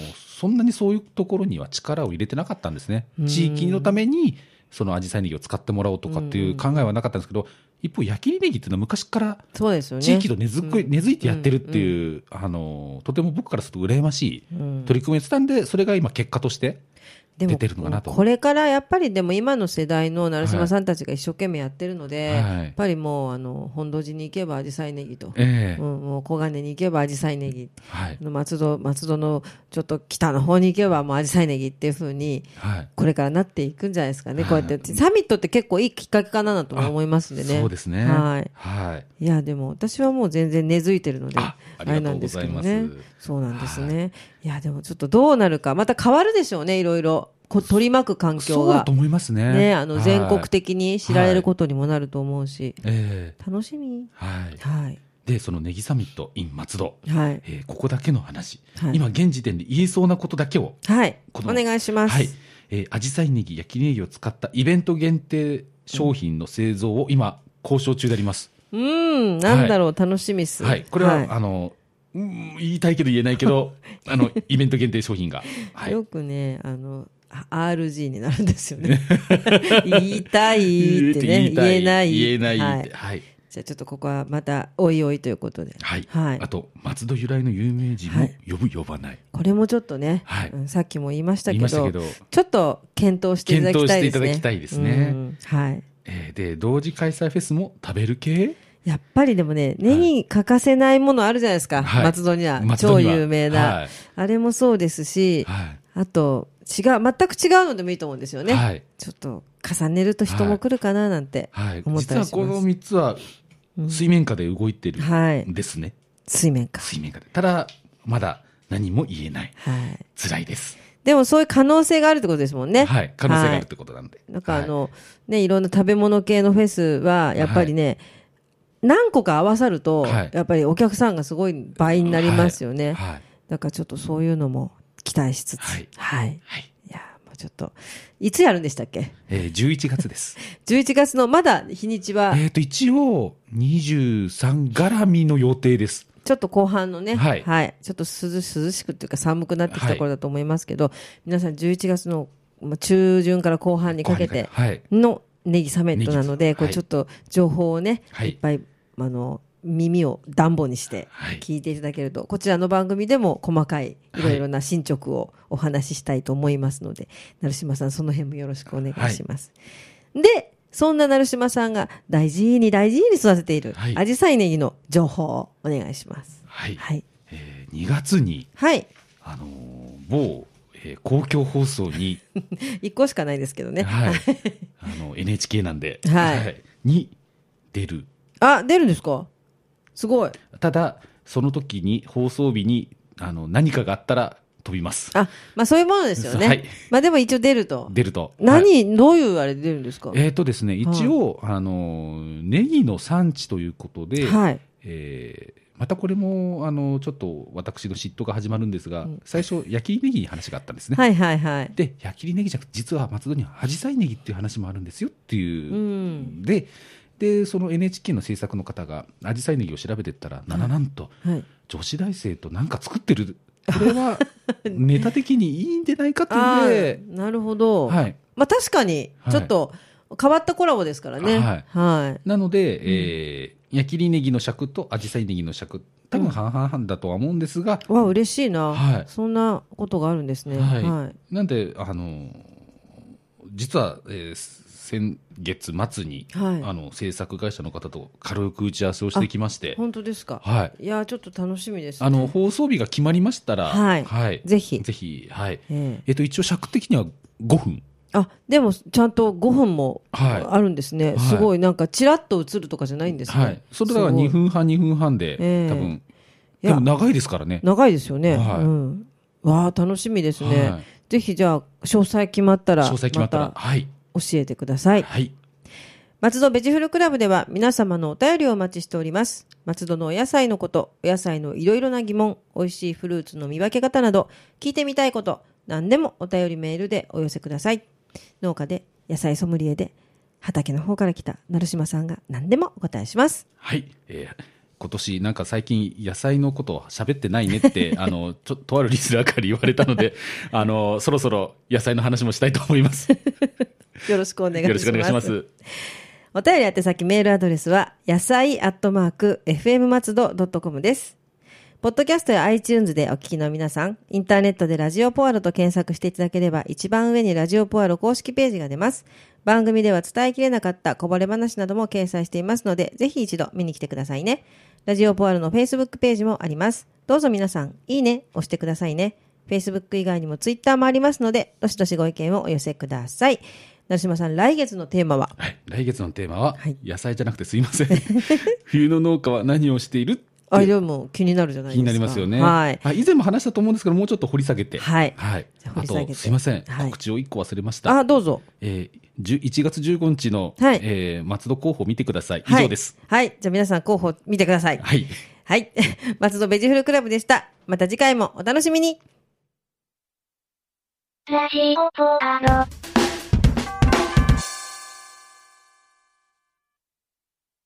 [SPEAKER 2] ーそんなにそういうところには力を入れてなかったんですね
[SPEAKER 1] うん。
[SPEAKER 2] 地域のために、そのアジサイネギを使ってもらおうとかっていう考えはなかったんですけど、一方、焼きネギっていうのは昔から
[SPEAKER 1] そうですよね
[SPEAKER 2] 地域と根付く、
[SPEAKER 1] うん
[SPEAKER 2] 根付いてやってるっていう、あのーとても僕からすると羨ましい
[SPEAKER 1] うん
[SPEAKER 2] 取り組みをやってたんで、それが今結果として、
[SPEAKER 1] でも
[SPEAKER 2] 出てるのかなと
[SPEAKER 1] これからやっぱりでも今の世代の成島さんたちが一生懸命やってるので、
[SPEAKER 2] は
[SPEAKER 1] や
[SPEAKER 2] い
[SPEAKER 1] っぱりもうあの本土寺に行けばアジサイネギと、
[SPEAKER 2] ええ
[SPEAKER 1] うん、もう小金に行けばアジサイネギ
[SPEAKER 2] はい
[SPEAKER 1] 松戸松戸のちょっと北の方に行けばもうアジサイネギっていうふうに
[SPEAKER 2] はい
[SPEAKER 1] これからなっていくんじゃないですかね、
[SPEAKER 2] はい
[SPEAKER 1] こうやってサミットって結構いいきっかけかなとも思いますんでね
[SPEAKER 2] そうですね。
[SPEAKER 1] はい
[SPEAKER 2] はい。
[SPEAKER 1] いやでも私はもう全然根付いてるので
[SPEAKER 2] あありがとうございます
[SPEAKER 1] あれなんですけどねそうなんですね、い、やでもちょっとどうなるかまた変わるでしょうねいろいろこ取り巻く環境
[SPEAKER 2] そうだ
[SPEAKER 1] が
[SPEAKER 2] と思いますね。
[SPEAKER 1] ね、あの
[SPEAKER 2] はい
[SPEAKER 1] 全国的に知られることにもなると思うし、
[SPEAKER 2] ええ
[SPEAKER 1] 楽しみ。
[SPEAKER 2] はい。
[SPEAKER 1] はい。
[SPEAKER 2] で、そのネギサミット in 松戸。
[SPEAKER 1] はい。
[SPEAKER 2] えーここだけの話、
[SPEAKER 1] はい
[SPEAKER 2] 今現時点で言えそうなことだけを、
[SPEAKER 1] はい。お
[SPEAKER 2] この
[SPEAKER 1] 願いします。
[SPEAKER 2] はいえー、アジサイネギ、焼きネギを使ったイベント限定商品の製造を今、交渉中であります。
[SPEAKER 1] うーん、なんだろう、楽しみっす。
[SPEAKER 2] はい、これは、
[SPEAKER 1] い
[SPEAKER 2] あの、
[SPEAKER 1] [laughs]
[SPEAKER 2] うん言いたいけど言えないけど、あの、イベント限定商品が。はい。
[SPEAKER 1] よくね、あの、 RG になるんですよ
[SPEAKER 2] [laughs]
[SPEAKER 1] ね。言いたいってね、言えない。
[SPEAKER 2] 言えない
[SPEAKER 1] は
[SPEAKER 2] ってはい
[SPEAKER 1] じゃあちょっとここはまた、おいおいということで。
[SPEAKER 2] はい、
[SPEAKER 1] はい
[SPEAKER 2] あと松戸由来の有名人
[SPEAKER 1] は
[SPEAKER 2] も
[SPEAKER 1] い
[SPEAKER 2] 呼ぶ呼ばない、
[SPEAKER 1] これもちょっとね、
[SPEAKER 2] はい
[SPEAKER 1] うんさっきも言いました
[SPEAKER 2] 言
[SPEAKER 1] け
[SPEAKER 2] い
[SPEAKER 1] ど、
[SPEAKER 2] ましたけど、
[SPEAKER 1] ちょっと検討していただきたいですね。
[SPEAKER 2] 検討していただきたいですね
[SPEAKER 1] うんはい。
[SPEAKER 2] えーで同時開催フェスも食べる系
[SPEAKER 1] やっぱりでもね、根に欠かせないものあるじゃないですか。
[SPEAKER 2] はい
[SPEAKER 1] 松戸には。
[SPEAKER 2] 松戸
[SPEAKER 1] 超
[SPEAKER 2] には
[SPEAKER 1] 有名な、
[SPEAKER 2] はい
[SPEAKER 1] あれもそうですし、
[SPEAKER 2] はい
[SPEAKER 1] あと、違う、全く違うのでもいいと思うんですよね。
[SPEAKER 2] はい
[SPEAKER 1] ちょっと、重ねると人も来るかななんて
[SPEAKER 2] はい
[SPEAKER 1] 思っ
[SPEAKER 2] 実
[SPEAKER 1] たりしま
[SPEAKER 2] は
[SPEAKER 1] す。
[SPEAKER 2] この3つは水面下で動いてる
[SPEAKER 1] はい
[SPEAKER 2] ん。ですね、
[SPEAKER 1] 水面下。
[SPEAKER 2] 水面下でただまだ何も言えない
[SPEAKER 1] はい。
[SPEAKER 2] 辛いです、
[SPEAKER 1] でもそういう可能性があるってことですもんね。
[SPEAKER 2] はい、可能性があるっ
[SPEAKER 1] は
[SPEAKER 2] てことなんで、
[SPEAKER 1] い。なんかあの、ね、いろんな食べ物系のフェスは、やっぱりね、何個か合わさると、
[SPEAKER 2] はい
[SPEAKER 1] やっぱりお客さんがすごい倍になりますよね。
[SPEAKER 2] はい
[SPEAKER 1] だからちょっとそういうのも期待しつつ。は
[SPEAKER 2] はいい。
[SPEAKER 1] い。
[SPEAKER 2] はい
[SPEAKER 1] やーもうちょっと、いつやるんでしたっけ
[SPEAKER 2] えー、11月です。
[SPEAKER 1] ?11 月の、まだ日にちは、
[SPEAKER 2] えっと、一応、23絡みの予定です。
[SPEAKER 1] ちょっと後半のね、は、
[SPEAKER 2] はいい
[SPEAKER 1] ちょっと涼し涼しくっていうか寒くなってきた頃だと思いますけど、皆さん11月のまあ中旬から後半にかけて
[SPEAKER 2] はい。
[SPEAKER 1] のネギサミットなので、
[SPEAKER 2] ネギ
[SPEAKER 1] これちょっと情報をね、、
[SPEAKER 2] はいい
[SPEAKER 1] っぱい、あの、耳を暖房にして
[SPEAKER 2] はい
[SPEAKER 1] 聞いていただけると、こちらの番組でも細かいいろいろな進捗をお話ししたいと思いますので、成島さんその辺もよろしくお願いします。で、そんな成島さんが大事に大事に育てている、
[SPEAKER 2] はい
[SPEAKER 1] アジサイネギの情報をお願いします。
[SPEAKER 2] はい。
[SPEAKER 1] はい。
[SPEAKER 2] えー、2月に、
[SPEAKER 1] はい。 [laughs]
[SPEAKER 2] あのー某、えー公共放送に、
[SPEAKER 1] 一個しかないですけど [laughs] ね。
[SPEAKER 2] はい。あの、NHK なんで、
[SPEAKER 1] はい
[SPEAKER 2] に出る。
[SPEAKER 1] あ、出るんですかすごい。
[SPEAKER 2] ただ、その時に、放送日に、あの、何かがあったら飛びます。
[SPEAKER 1] あ、まあそういうものですよね。
[SPEAKER 2] はい
[SPEAKER 1] まあでも一応出ると。
[SPEAKER 2] 出ると。はい
[SPEAKER 1] 何、どういうあれで出るんですか
[SPEAKER 2] えっ、とですね、一応、あのー、ネギの産地ということで、
[SPEAKER 1] はい。
[SPEAKER 2] えーまたこれもあのちょっと私の嫉妬が始まるんですが、最初焼きネギに話があったんですね、
[SPEAKER 1] はいはいはい。
[SPEAKER 2] で焼きネギじゃなくて実は松戸にはアジサイネギっていう話もあるんですよっていう、
[SPEAKER 1] うん
[SPEAKER 2] ででその NHK の制作の方がアジサイネギを調べてったら、なななんと
[SPEAKER 1] はい。
[SPEAKER 2] 女子大生となんか作ってるこれ
[SPEAKER 1] [laughs]
[SPEAKER 2] はネタ的にいいんじゃないかってい
[SPEAKER 1] あ
[SPEAKER 2] うんで、
[SPEAKER 1] ーなるほど。
[SPEAKER 2] はい、
[SPEAKER 1] まあ確かに、
[SPEAKER 2] はい
[SPEAKER 1] ちょっと変わったコラボですからね。
[SPEAKER 2] はい
[SPEAKER 1] はい。
[SPEAKER 2] なので、えー焼きネギの尺とアジサイネギの尺多分半々半だとは思うんですが、
[SPEAKER 1] わ、嬉しいな、
[SPEAKER 2] はい
[SPEAKER 1] そんなことがあるんですね。は。
[SPEAKER 2] はいいなんで、あの実は、えー先月末に、
[SPEAKER 1] はい
[SPEAKER 2] あの制作会社の方と軽く打ち合わせをしてきまして、
[SPEAKER 1] 本当ですか。
[SPEAKER 2] はい、
[SPEAKER 1] いやー、ちょっと楽しみです、ね。
[SPEAKER 2] あの放送日が決まりましたら、
[SPEAKER 1] はいぜひ
[SPEAKER 2] ぜひはい
[SPEAKER 1] ええ
[SPEAKER 2] えっと、一応、尺的には5分、
[SPEAKER 1] あ、でも、ちゃんと5分も
[SPEAKER 2] はい
[SPEAKER 1] あるんですね。
[SPEAKER 2] はい
[SPEAKER 1] すごい、なんか、ちらっと映るとかじゃないんですね。
[SPEAKER 2] はい、それだから
[SPEAKER 1] すごい
[SPEAKER 2] 2分半、2分半で、
[SPEAKER 1] ええ
[SPEAKER 2] 多分
[SPEAKER 1] い
[SPEAKER 2] で
[SPEAKER 1] や
[SPEAKER 2] も長いですからね、
[SPEAKER 1] 長いですよね。
[SPEAKER 2] はい
[SPEAKER 1] うん。わあ、楽しみですね。
[SPEAKER 2] はい
[SPEAKER 1] ぜひ、じゃあ、詳細決まったら、
[SPEAKER 2] 詳細決まったら、
[SPEAKER 1] ま
[SPEAKER 2] はい、
[SPEAKER 1] た教えてください。
[SPEAKER 2] はい、
[SPEAKER 1] 松戸ベジフルクラブでは皆様のお便りをお待ちしております。松戸のお野菜のこと、お野菜のいろいろな疑問、美味しいフルーツの見分け方など、聞いてみたいこと、何でもお便りメールでお寄せください。農家で、野菜ソムリエで、畑の方から来た成島さんが何でもお答えします。
[SPEAKER 2] はい、えー今年なんか最近野菜のこと喋ってないねって
[SPEAKER 1] [laughs]
[SPEAKER 2] あのちょとあるリスナーから言われたのであのそろそろ野菜の話もしたいと思いますよ
[SPEAKER 1] よろしくお願いします。
[SPEAKER 2] ろしくお願いします
[SPEAKER 1] お便り宛先メールアドレスは、野菜アットマーク、fm 松戸 .com です。ポッドキャストや iTunes でお聞きの皆さん、インターネットでラジオポアロと検索していただければ、一番上にラジオポアロ公式ページが出ます。番組では伝えきれなかったこぼれ話なども掲載していますので、ぜひ一度見に来てくださいね。ラジオポアロの Facebook ページもあります。どうぞ皆さん、いいね、押してくださいね。Facebook 以外にも Twitter もありますので、どしどしご意見をお寄せください。成島さん、来月のテーマは
[SPEAKER 2] はい来月のテーマは
[SPEAKER 1] はい
[SPEAKER 2] 野菜じゃなくてすいません [laughs] 冬の農家は何をしているって
[SPEAKER 1] あ、でも気になるじゃないですか。
[SPEAKER 2] 気になりますよね、
[SPEAKER 1] はい。
[SPEAKER 2] あ以前も話したと思うんですけどもうちょっと掘り下げて
[SPEAKER 1] はいじゃあ掘
[SPEAKER 2] あ
[SPEAKER 1] り下げて
[SPEAKER 2] とすいません、
[SPEAKER 1] はい
[SPEAKER 2] 告知を1個忘れました
[SPEAKER 1] あ、どうぞ。
[SPEAKER 2] えー、1月15日の、
[SPEAKER 1] はい
[SPEAKER 2] えー松戸候補見てください以
[SPEAKER 1] はい
[SPEAKER 2] 上です
[SPEAKER 1] はい。じゃあ皆さん候補見てください。
[SPEAKER 2] はい
[SPEAKER 1] はい。 [laughs] 松戸ベジフルクラブでした。また次回もお楽しみに。
[SPEAKER 3] ラジオポアド。